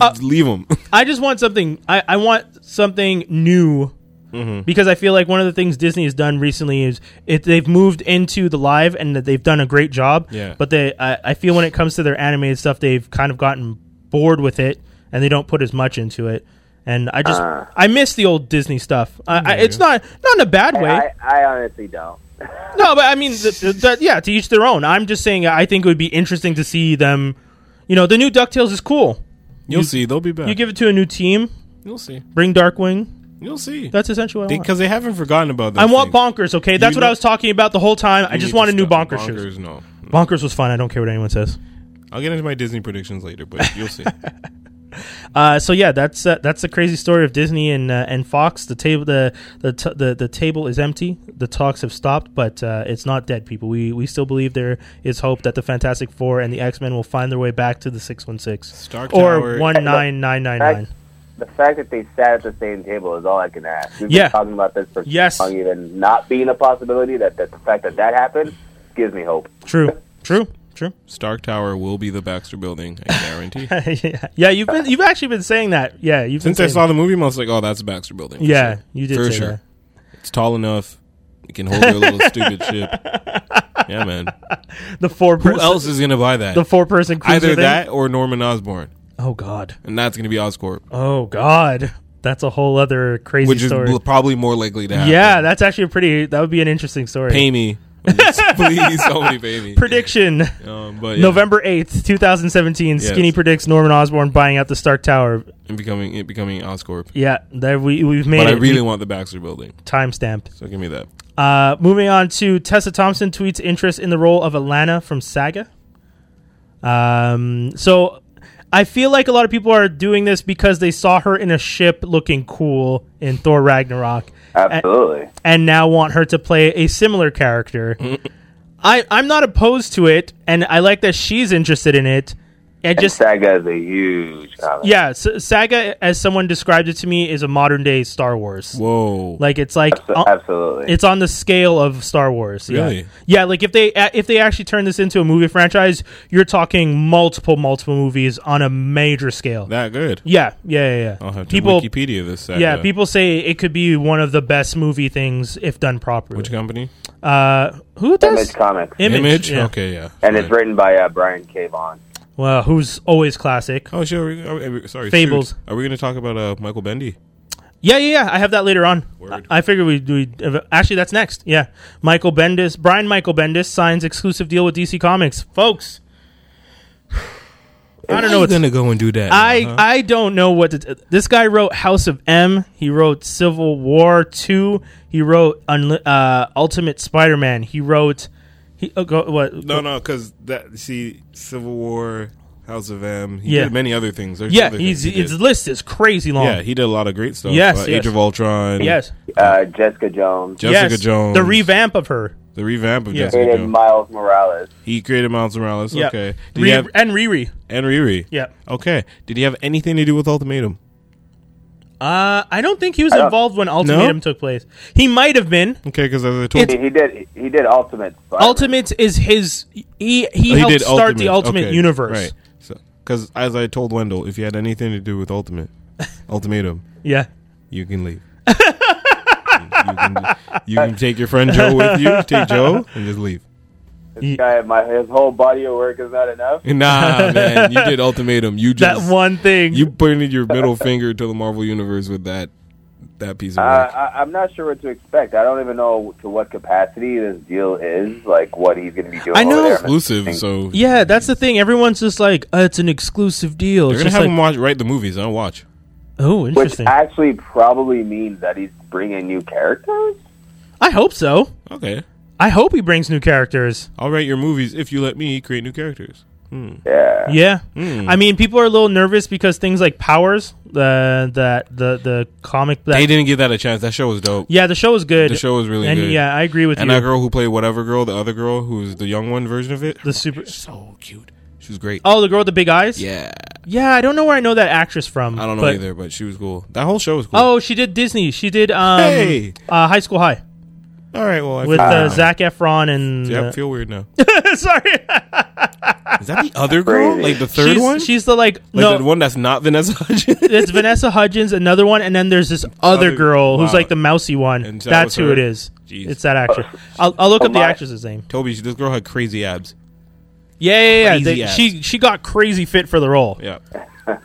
Uh, leave them. I just want something. I, I want something new because I feel like one of the things Disney has done recently is it they've moved into the live and that they've done a great job. Yeah. But they, I, I feel when it comes to their animated stuff, they've kind of gotten bored with it and they don't put as much into it. And I just I miss the old Disney stuff. I, I, it's not not in a bad way. I, I honestly don't. No, but I mean, th- th- that- yeah, to each their own. I'm just saying, I think it would be interesting to see them. You know, the new Ducktales is cool. You'll see. They'll be back. You give it to a new team, You'll see. bring Darkwing. You'll see. That's essentially what I want. Because they haven't forgotten about that. I want bonkers. Okay, that's You what I know- was talking about the whole time. I just want a new bonkers, shoes. No. Bonkers was fun. I don't care what anyone says. I'll get into my Disney predictions later, but you'll see. Uh, so yeah, that's uh, that's the crazy story of Disney and uh, and Fox. The table the the, t- the the table is empty. The talks have stopped, but uh, it's not dead. People, we we still believe there is hope that the Fantastic Four and the X Men will find their way back to the six one six Star or Tower- one nine nine nine nine. The fact that they sat at the same table is all I can ask. We've Yeah. been talking about this for Yes. so long, even not being a possibility. That, that the fact that that happened gives me hope. True, true, true. Stark Tower will be the Baxter Building. I guarantee. yeah, you've been you've actually been saying that. Yeah, you've Since been I saying saw the movie, I was like, "Oh, that's a Baxter Building." for Yeah, sure. you did for say sure. that. It's tall enough. It can hold their little stupid ship. Yeah, man. the four. Who person- else is gonna buy that? The four person cruiser. Either thing? that or Norman Osborn, Oh God. and that's gonna be Oscorp, Oh God. That's a whole other crazy which is story. bl- probably more likely to happen. yeah, that's actually a pretty. That would be an interesting story. pay me, please, somebody pay me. Prediction: Um, but yeah, November eighth, two thousand seventeen. Yes. Skinny predicts Norman Osborn buying out the Stark Tower. and becoming it becoming Oscorp. Yeah, there we we've made But I it. really want the Baxter Building, timestamped. so give me that. Uh, moving on to Tessa Thompson tweets interest in the role of Alana from Saga. Um, so I feel like a lot of people are doing this because they saw her in a ship looking cool in Thor Ragnarok. And- Absolutely. and now want her to play a similar character. Mm-hmm. I, I'm not opposed to it, and I like that she's interested in it. I And just Saga is a huge comic. yeah, S- Saga, as someone described it to me, is a modern day Star Wars. Whoa, Like it's like So- uh, absolutely. it's on the scale of Star Wars. Yeah. Really? Yeah, like if they uh, if they actually turn this into a movie franchise, you're talking multiple multiple movies on a major scale. that good. yeah, yeah, yeah. yeah. I'll have to people, Wikipedia this. Saga. yeah, people say it could be one of the best movie things if done properly. Which company? Uh, who does Image Comics. Image? yeah. Okay, yeah. Fine. and it's written by uh, Brian K. Vaughan. Well, who's always classic. Oh, sure. Are we, are we- are we- sorry. Fables. shoot. Are we going to talk about uh, Michael Bendy? Yeah, yeah, yeah. I have that later on. Word. I, I figure we we actually that's next. Yeah, Michael Bendis, Brian Michael Bendis signs exclusive deal with DC Comics, folks. I don't know. Who's What's, going to go and do that. I now, huh? I don't know what to t- this guy wrote. House of M. He wrote Civil War Two. He wrote Unli- uh, Ultimate Spider Man. He wrote he oh, go, what no, no, because that see Civil War, House of M. He Yeah. did many other things. There's Yeah, other he's things he his did. list is crazy long. yeah, he did a lot of great stuff. Yes, uh, yes. Age of Ultron. yes, Uh, Jessica Jones. Jessica yes. Jones. The revamp of her. The revamp of Yeah. Jessica Created Jones. Miles Morales. he created Miles Morales. Yeah. Okay. Did Re- he have and Riri. and Riri? Yeah. Okay. Did he have anything to do with Ultimatum? Uh, I don't think he was don't- involved when Ultimatum took place. He might have been. Okay, because as I told He, you, he did. He did Ultimate. Spider-Man. Ultimate is his. He he Oh, helped start the Ultimate Okay, universe. Right. So, because as I told Wendell, if you had anything to do with Ultimate, Ultimatum. Yeah. you can leave. you, can, you can take your friend Joe with you. Take Joe and just leave. He- This guy, my his whole body of work is not enough. Nah, man, you did ultimatum. You that just one thing. you pointed your middle finger to the Marvel universe with that that piece of Uh, work. I, I'm not sure what to expect. I don't even know to what capacity this deal is, like what he's going to be doing. I know. over there. Exclusive, so yeah, that's the thing. Everyone's just like, uh, it's an exclusive deal. they're It's gonna just have him like, watch write the movies. I don't watch. oh, Which interesting. I, actually probably means that he's bringing new characters. hope so. Okay, I hope he brings new characters. I'll write your movies if you let me create new characters. Yeah. Yeah, Hmm. I mean, people are a little nervous because things like powers, the that the the comic. That, They didn't give that a chance. That show was dope. yeah, the show was good. The show was really and good. yeah, I agree with And you. that girl who played whatever girl, the other girl who's the young one version of it, the super. so cute. She was great. Oh, the girl with the big eyes. Yeah. Yeah, I don't know where I know that actress from. I don't know but- either, but she was cool. That whole show was cool. Oh, she did Disney. She did um, Hey! Ah. uh, High School High. All right, well, I with feel, uh, Zach Efron and yeah, I feel weird now. sorry, Is that the other girl? Crazy. Like the third she's, one? She's the like like no, the one that's not Vanessa Hudgens? it's Vanessa Hudgens, another one, and then there's this other Other- girl who's wow. like the mousy one. And that That's was who her? it is. Jeez. It's that actress. I'll, I'll look up the my- actress's name. Toby, this girl had crazy abs. Yeah, yeah, yeah. Crazy They- ass. she she got crazy fit for the role. Yeah.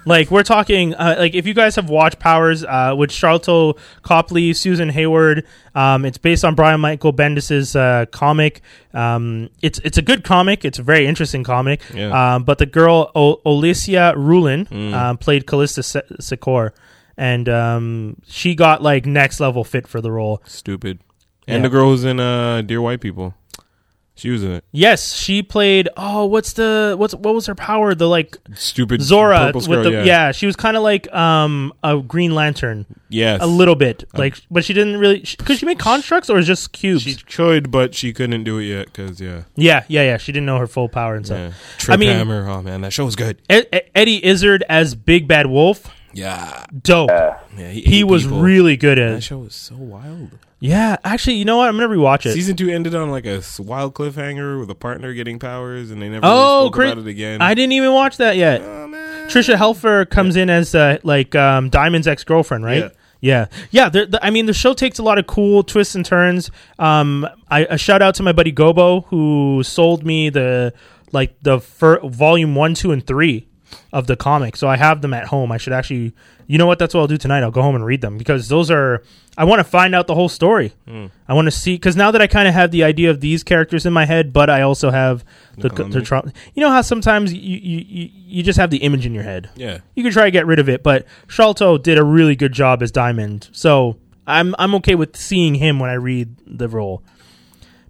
Like we're talking, uh, like if you guys have watched Powers uh, with Charlton Copley, Susan Hayward, um, it's based on Brian Michael Bendis's uh, comic. Um, it's it's a good comic. It's a very interesting comic. Yeah. Mm. Um, but the girl o- Olicia Rulin um, played Callista Se- Secor, and um, she got like next level fit for the role. Stupid. And Yeah. the girl who's in uh, Dear White People. She was in it. Yes, she played. Oh, what's the what's what was her power? The like Stupid. Zora purple with skirt, the yeah. yeah. she was kind of like um a Green Lantern. Yes. a little bit like but she didn't really because she, made constructs or just cubes She tried, but she couldn't do it yet because, yeah. yeah yeah yeah she didn't know her full power and yeah. stuff Trip I mean- Hammer. Oh, man. That show was good. E- E- eddie izzard as big bad wolf Yeah. dope yeah he was really. really good That at show was so wild. yeah actually you know what i'm gonna rewatch it Season two ended on like a s- wild cliffhanger with a partner getting powers, and they never really oh spoke great about it again. i didn't even watch that yet Oh, man. Trisha Helfer comes in as uh, like um, Diamond's ex girlfriend, right? Yeah. Yeah. Yeah, there- the- I mean, the show takes a lot of cool twists and turns. Um, I, a shout out to my buddy Gobo who sold me the like the fir- volume one, two, and three of the comic. So I have them at home. I should actually, you know what? That's what I'll do tonight. I'll go home and read them because those are. I want to find out the whole story. I want to see because now that I kind of have the idea of these characters in my head, but I also have the, the, comedy. tra- You know how sometimes you, you you you just have the image in your head. Yeah. You can try to get rid of it, but Shalto did a really good job as Diamond, so I'm I'm okay with seeing him when I read the role.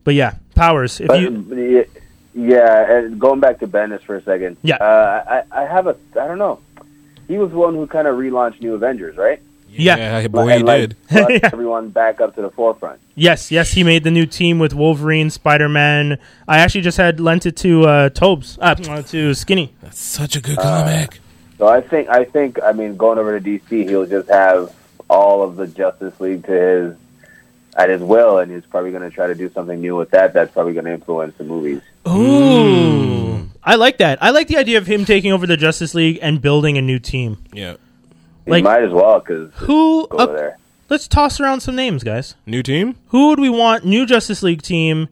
But yeah, powers. If But, you but y- yeah, and going back to Bendis for a second. Yeah. Uh, I, I have a, I don't know. He was one who kind of relaunched New Avengers, right? yeah. boy, he And, like, did. brought Yeah. everyone back up to the forefront. yes, yes, he made the new team with Wolverine, Spider Man. I actually just had lent it to uh, Tobes, uh, to Skinny. That's such a Uh, good comic. So I think, I think, I mean, going over to DC, he'll just have all of the Justice League to his at his will, and he's probably going to try to do something new with that. That's probably going to influence the movies. Ooh, I like that. I like the idea of him taking over the Justice League and building a new team. yeah. He Like- might as well because Who? go Uh, there. let's toss around some names, guys. New team? who would we want new Justice League team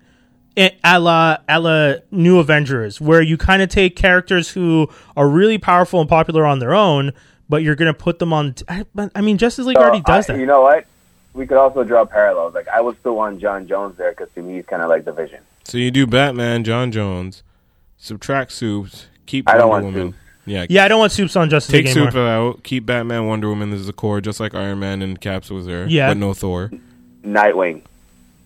eh, a la, a la new Avengers, where you kind of take characters who are really powerful and popular on their own, but you're going to put them on. t- I, but, I mean, Justice League So already does I- that. You know what? We could also draw parallels. Like I would still want John Jones there because to me he's kind of like the Vision. So you do Batman, John Jones, subtract Supes, keep I Wonder don't want Woman. Supes. Yeah, yeah, I don't want Soups on Justice Take League anymore. Soup out, keep Batman, Wonder Woman. This is the core, just like Iron Man and Caps was there. Yeah. but no Thor. Nightwing.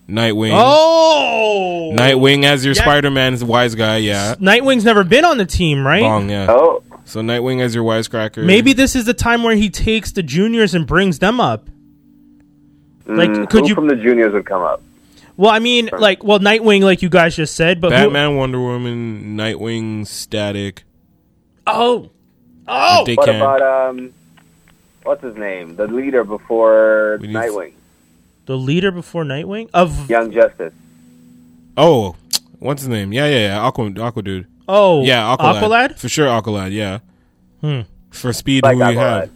Nightwing. Oh, Nightwing as your Yeah. Spider Man's wise guy. Yeah, Nightwing's never been on the team, right? bong. Yeah. Oh, So Nightwing as your wisecracker. Maybe this is the time where he takes the juniors and brings them up. Like, mm, could who you? from the juniors would come up? well, I mean, like, well, Nightwing, like you guys just said, but who- Batman, Wonder Woman, Nightwing, Static. oh, Oh, they What can. about um, what's his name? The leader before We need- Nightwing, the leader before Nightwing of Young Justice. oh, what's his name? Yeah, yeah, yeah. Aqua, Aqua dude. Oh, Yeah, Aqualad. Aqualad? For sure, Aqualad, yeah. Hmm. For speed, Like who we Aqualad. have?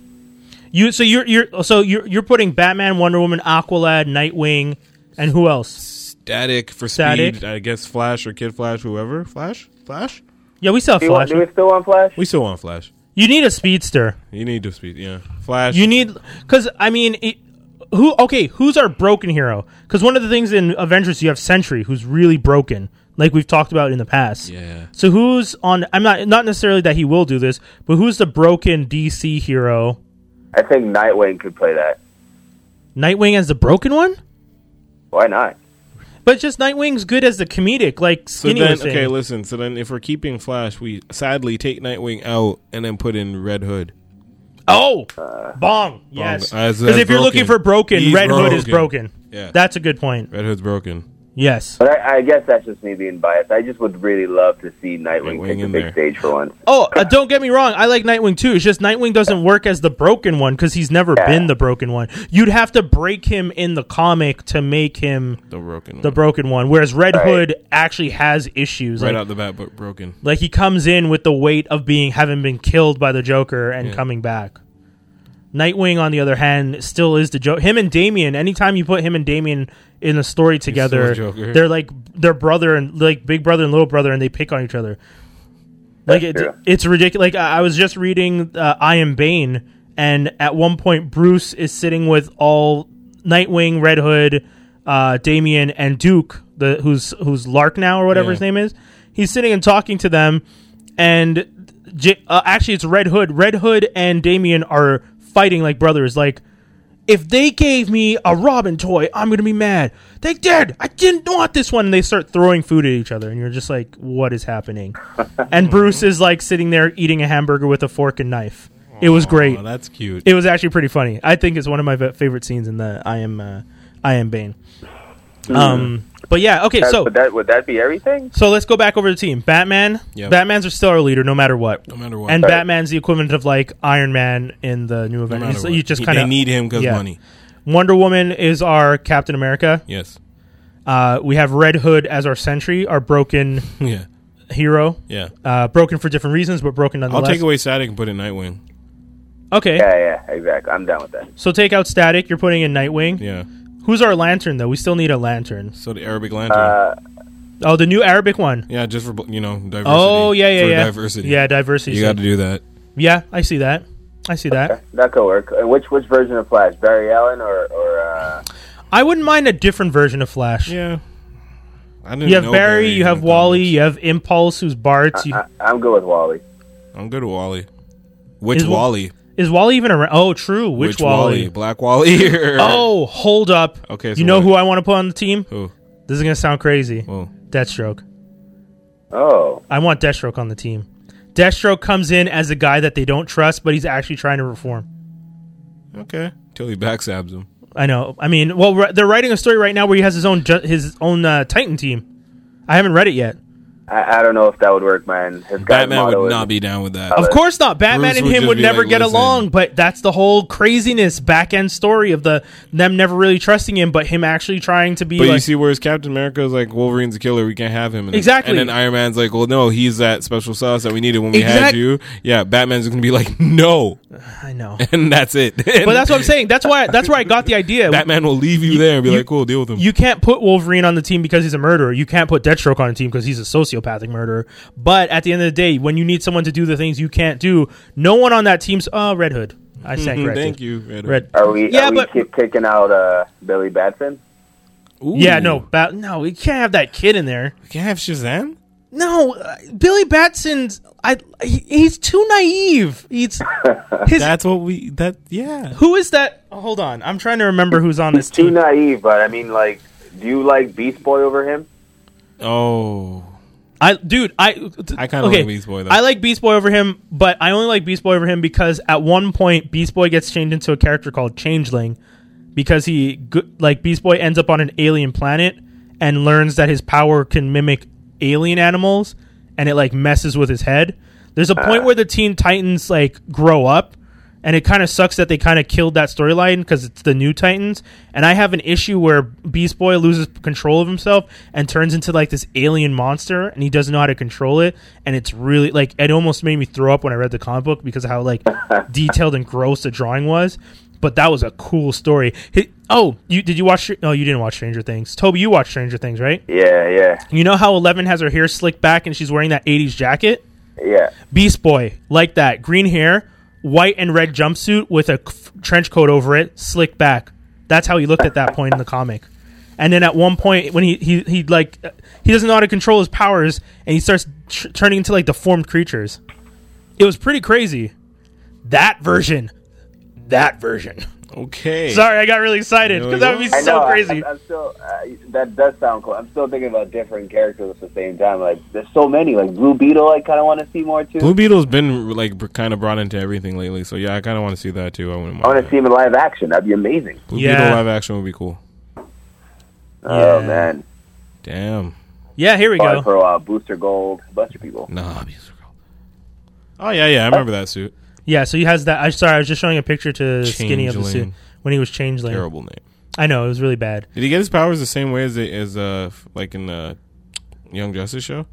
You so you're you're so you're you're putting Batman, Wonder Woman, Aqualad, Nightwing, and who else? Static for Static. speed, I guess Flash or Kid Flash, whoever. Flash? Flash? Yeah, we saw Do, you want, Flash. do we still want Flash? We still want Flash. You need a speedster. You need to speed, yeah. Flash. You need because I mean, it, who? Okay, who's our broken hero? Because one of the things in Avengers, you have Sentry, who's really broken, like we've talked about in the past. yeah. So who's on? I'm not not necessarily that he will do this, but who's the broken DC hero? I think Nightwing could play that. Nightwing as the broken one, Why not? but just Nightwing's good as the comedic, like So skinny. then, was saying. okay, listen. So then, if we're keeping Flash, we sadly take Nightwing out and then put in Red Hood. Oh, bong. Yes, As- because Uh, as if you're looking broken. for broken, He's Red Hood is broken. Yeah. That's a good point. Red Hood's broken. Yes. But I, I guess that's just me being biased. I just would really love to see Nightwing Nightwing take the in big there. stage for once. Oh, uh, don't get me wrong. I like Nightwing too. It's just Nightwing doesn't work as the broken one because he's never Yeah. been the broken one. You'd have to break him in the comic to make him The broken. the one. broken one. Whereas Red Right. Hood actually has issues. right like, out the bat, but broken. like he comes in with the weight of being having been killed by the Joker and coming back. Nightwing, on the other hand, still is the Joker. Him and Damien. Anytime you put him and Damien in a story together, still Joker. they're like their brother and like big brother and little brother, and they pick on each other. Like That's it, true. it's ridiculous. Like I I was just reading uh, I Am Bane, and at one point Bruce is sitting with all Nightwing, Red Hood, uh, Damien, and Duke, the who's who's Lark now or whatever Yeah. his name is. He's sitting and talking to them, and J- uh, actually it's Red Hood. Red Hood and Damien are fighting like brothers. Like if they gave me a Robin toy, I'm gonna be mad. They did. I didn't want this one. And they start throwing food at each other, and you're just like, what is happening? and Bruce is like sitting there eating a hamburger with a fork and knife. It was great. Oh, that's cute. It was actually pretty funny. I think it's one of my fa- favorite scenes in the I am uh, I am Bane. Mm. Um, but yeah, okay. That, So would that would that be everything? so let's go back over the team. Batman. Yep. Batman's are still our leader, no matter what. no matter what. And Right. Batman's the equivalent of like Iron Man in the new no event. matter He's- what. you just He- kind They of need him because yeah. money. Wonder Woman is our Captain America. Yes. Uh, we have Red Hood as our Sentry, our broken Yeah. hero. Yeah. Uh, broken for different reasons, but broken I'll nonetheless. take away Static and put in Nightwing. Okay, Yeah, yeah, exactly. I'm down with that. so take out Static. You're putting in Nightwing. Yeah. Who's our Lantern though? We still need a Lantern. So the Arabic Lantern. Uh, Oh, the new Arabic one. yeah, just for bl- you know diversity. Oh yeah, yeah, for yeah. Diversity. Yeah, diversity. You got to do that. yeah, I see that. I see that. That could work. Uh, Which which version of Flash, Barry Allen or or uh, I wouldn't mind a different version of Flash. Yeah. I didn't You have know Barry, you in have the Wally, comics. you have Impulse, who's Bart. You, Uh-uh. I, I'm good with Wally. I'm good with Wally. Which Is- Wally? is Wally even around? Oh, true. Which, Wally? Black Wally. or- Oh, hold up. Okay, so you know what- who I want to put on the team? Who? This is gonna sound crazy. Whoa. Deathstroke. Oh, I want Deathstroke on the team. Deathstroke comes in as a guy that they don't trust, but he's actually trying to reform. Okay. Till he backstabs him. I know. I mean, well, ri- they're writing a story right now where he has his own ju- his own uh, Titan team. I haven't read it yet. I, I don't know if that would work, man. His guy's Batman motto would is- not be down with that. Of course not. Batman Bruce and would him just would be never like, get "Listen." along, but that's the whole craziness back end story of the them never really trusting him, but him actually trying to be But you like see, whereas Captain America is like Wolverine's a killer, we can't have him. And then- Exactly. and then Iron Man's like, well, no, he's that special sauce that we needed when we had Exact- you. Yeah, Batman's gonna be like, no, I know. and that's it. But that's what I'm saying. That's why that's where I got the idea. Batman will leave you, there and be you- like, cool, deal with him. You can't put Wolverine on the team because he's a murderer. You can't put Deathstroke on a team because he's a sociopathic murderer. But at the end of the day, when you need someone to do the things you can't do, no one on that team's uh Red Hood. I sang Mm, corrected. Thank you, Red. Red. Are we? Yeah, are we but- ki- kicking out uh, Billy Batson. Ooh. Yeah, no, ba- no, we can't have that kid in there. We can't have Shazam. No, uh, Billy Batson's I he, he's too naive. He's his That's what we. That yeah. who is that? Hold on, I'm trying to remember who's on this Too team. naive, but I mean, like, do you like Beast Boy over him? Oh, I dude, I I kinda like Beast Boy, though. I like Beast Boy over him, but I only like Beast Boy over him because at one point Beast Boy gets changed into a character called Changeling because he go- like Beast Boy ends up on an alien planet and learns that his power can mimic alien animals and it like messes with his head. There's a point where the Teen Titans like grow up and it kind of sucks that they kind of killed that storyline because it's the new Titans. And I have an issue where Beast Boy loses control of himself and turns into like this alien monster, and he doesn't know how to control it. And it's really like it almost made me throw up when I read the comic book because of how like detailed and gross the drawing was. But that was a cool story. Hi- oh, you did you watch? No, you didn't watch Stranger Things. Toby, you watched Stranger Things, right? Yeah, yeah, You know how Eleven has her hair slicked back and she's wearing that '80s jacket. yeah. Beast Boy, like that. Green hair, white and red jumpsuit with a f- trench coat over it, slick back. That's how he looked at that point in the comic. And then at one point, when he he he like uh, he doesn't know how to control his powers, and he starts tr- turning into like deformed creatures. It was pretty crazy. That version, that version. Okay. Sorry, I got really excited There we because that would be go. I so know, I- crazy. I, am still. Uh, that does sound cool. I'm still thinking about different characters at the same time. Like, there's so many. Like Blue Beetle, I kind of want to see more too. Blue Beetle's been like kind of brought into everything lately, so yeah, I kind of want to see that too. I wouldn't mind. I want to that. see him in live action. That'd be amazing. Blue Yeah. Beetle live action would be cool. Oh Yeah. man, Damn. Yeah, here we Probably go. for a while. Booster Gold, a bunch of people. Nah, these are cool. Oh yeah, yeah, I remember that suit. Yeah, so he has that. I sorry, I was just showing a picture to Skinny of the suit Changeling. when he was changeling. Terrible name. I know it was really bad. Did he get his powers the same way as they, as uh f- like in the Young Justice show?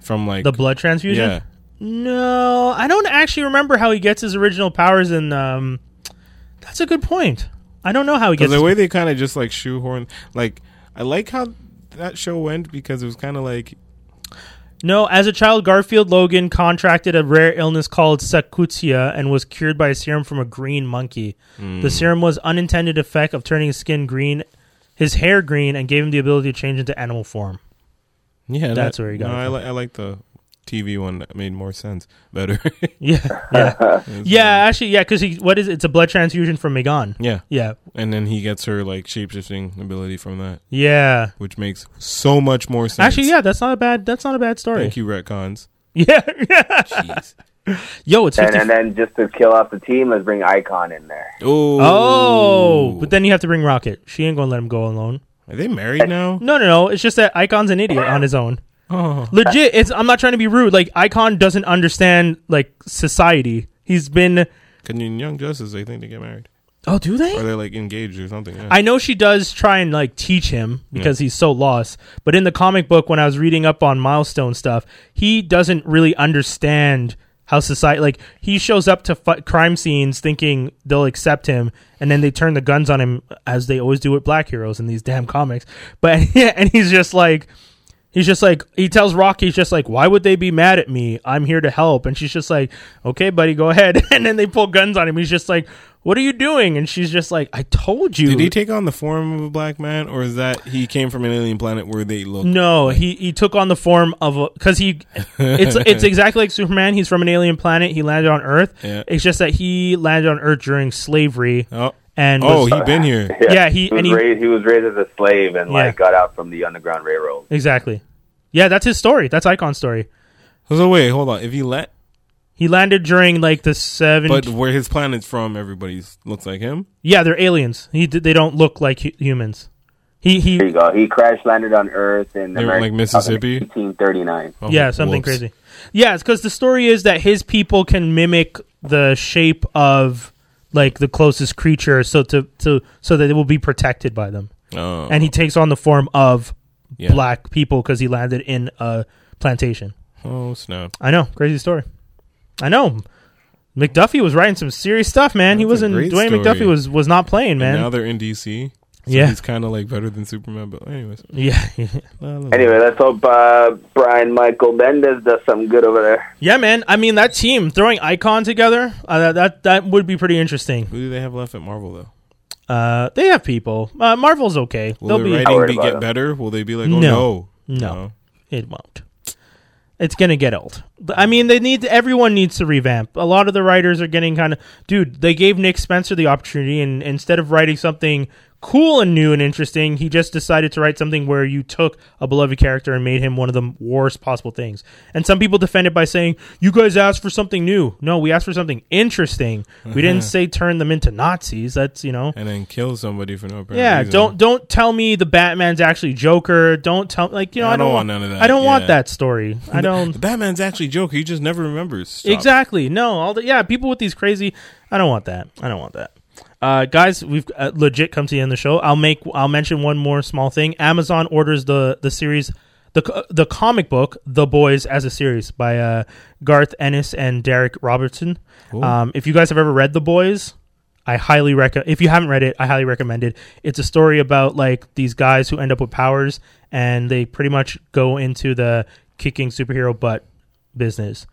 From like The blood transfusion. Yeah. No, I don't actually remember how he gets his original powers. And um, that's a good point. I don't know how he Because gets. the way they kind of just like shoehorn, like I like how that show went because it was kind of like No, as a child, Garfield Logan contracted a rare illness called sakutia and was cured by a serum from a green monkey. Hmm. The serum was unintended effect of turning his skin green, his hair green, and gave him the ability to change into animal form. yeah, That's that- where he got No, it I from. like I like the TV one that made more sense better. Yeah, yeah, yeah. Actually, yeah, because he what is it? it's a blood transfusion from Megan. yeah, Yeah, and then he gets her like shapeshifting ability from that, yeah. which makes so much more sense. Actually, yeah, that's not a bad that's not a bad story. Thank you, retcons. Yeah, yeah. Jeez. Yo, it's And, fifty. and then just to kill off the team, let's bring Icon in there. Oh, oh, but then you have to bring Rocket. She ain't gonna let him go alone. are they married now? No, no, no. It's just that Icon's an idiot on his own. Oh, legit it's i'm not trying to be rude like icon doesn't understand like society he's been can in Young Justice they think they get married oh do or they they're like engaged or something? Yeah. i know she does try and like teach him because he's so lost but in the comic book when i was reading up on milestone stuff he doesn't really understand how society like he shows up to fu- crime scenes thinking they'll accept him and then they turn the guns on him as they always do with black heroes in these damn comics but and he's just like He's just like he tells Rocky, he's just like, "Why would they be mad at me? I'm here to help." And she's just like, "Okay, buddy, go ahead." And then they pull guns on him. He's just like, "What are you doing?" And she's just like, "I told you." Did he take on the form of a black man, or is that he came from an alien planet where they look? no, he he took on the form of a because he, it's it's exactly like Superman. He's from an alien planet. He landed on Earth. Yeah. It's just that he landed on Earth during slavery Oh, and oh, was- he been here. Yeah, he- was and he- raised, he was raised as a slave and Yeah. like got out from the Underground Railroad. exactly, yeah, that's his story. That's Icon's story. So wait, hold on. If he let, He landed during like the but seven. where his planet's from, everybody's looks like him. Yeah, they're aliens. He d- they don't look like hu- humans. He he There you go. He crash landed on Earth in They were, America like, Mississippi? 1839. Oh, yeah, something whoops. crazy. Yeah, it's because the story is that his people can mimic the shape of like the closest creature, so to to so that it will be protected by them. Oh, And he takes on the form of yeah. black people because he landed in a plantation. Oh snap! I know, crazy story. I know. McDuffie was writing some serious stuff, man. he That's a wasn't. great Dwayne story. McDuffie was was not playing, And now man. they're in DC. So Yeah. he's kind of like better than Superman. But anyways, Yeah, La, la, la. Anyway, let's hope uh, Brian Michael Bendis does something good over there. yeah, man. I mean, that team throwing Icon together uh, that, that that would be pretty interesting. who do they have left at Marvel though? Uh, they have people. Uh, Marvel's okay. Will They'll the be. Not writing worried be about get them. better? Will they be like, oh No. no, No. It won't. It's gonna get old. But, I mean, they need. Everyone needs to revamp. A lot of the writers are getting kind of. Dude, they gave Nick Spencer the opportunity, and instead of writing something cool and new and interesting, he just decided to write something where you took a beloved character and made him one of the worst possible things. And some people defend it by saying, "You guys asked for something new. No, we asked for something interesting. We didn't say turn them into Nazis. That's you know." And then kill somebody for no apparent Yeah, reason. don't don't tell me the Batman's actually Joker. Don't tell like you know I, don't, want none of that. I don't want Yeah. that story. I don't The Batman's actually Joker. He just never remembers. Stop. exactly no all the yeah people with these crazy. I don't want that. I don't want that. Uh, guys, we've uh, legit come to the end of the show. I'll make I'll mention one more small thing. Amazon orders the the series. The, co- the comic book The Boys as a series by uh, Garth Ennis and Derek Robertson. Um, if you guys have ever read The Boys, I highly recommend. If you haven't read it, I highly recommend it. It's a story about like these guys who end up with powers, and they pretty much go into the kicking superhero butt business.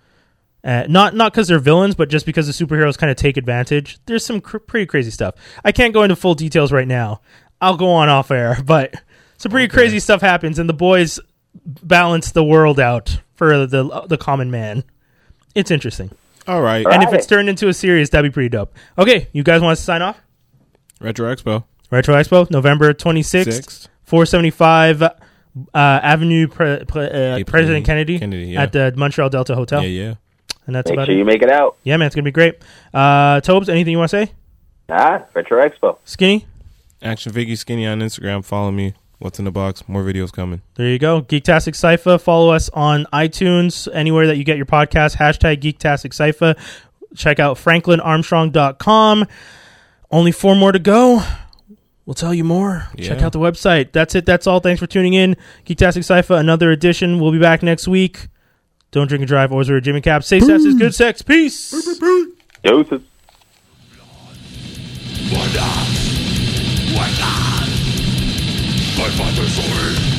Uh, not not because they're villains, but just because the superheroes kind of take advantage. There's some cr- pretty crazy stuff. I can't go into full details right now. I'll go on off air, but some pretty crazy stuff happens, and the boys balance the world out for the the common man. It's interesting, All right. and if it's turned into a series, that'd be pretty dope. Okay, you guys want us to sign off? Retro Expo Retro Expo, November 26th, sixth. 475 uh, Avenue Pre- Pre- uh, Hey, President Kennedy, Kennedy, yeah. at the Montreal Delta Hotel. Yeah, yeah. And that's Make about sure it. you make it out. Yeah, man, it's going to be great. Uh, Tobes, anything you want to say? Ah, Retro Expo. Skinny? Action Figgy Skinny on Instagram. Follow me. What's in the box? More videos coming. There you go. Geektastic Cypher. Follow us on iTunes, anywhere that you get your podcast. Hashtag Geektastic Cypher. Check out franklinarmstrong.com. Only four more to go. We'll tell you more. Check Yeah. out the website. That's it. That's all. Thanks for tuning in. Geektastic Cypher, another edition. We'll be back next week. Don't drink and drive. Always wear a Jimmy Cap. Safe sex is good sex. Peace. Doses. Why not? Why not? My father's sword.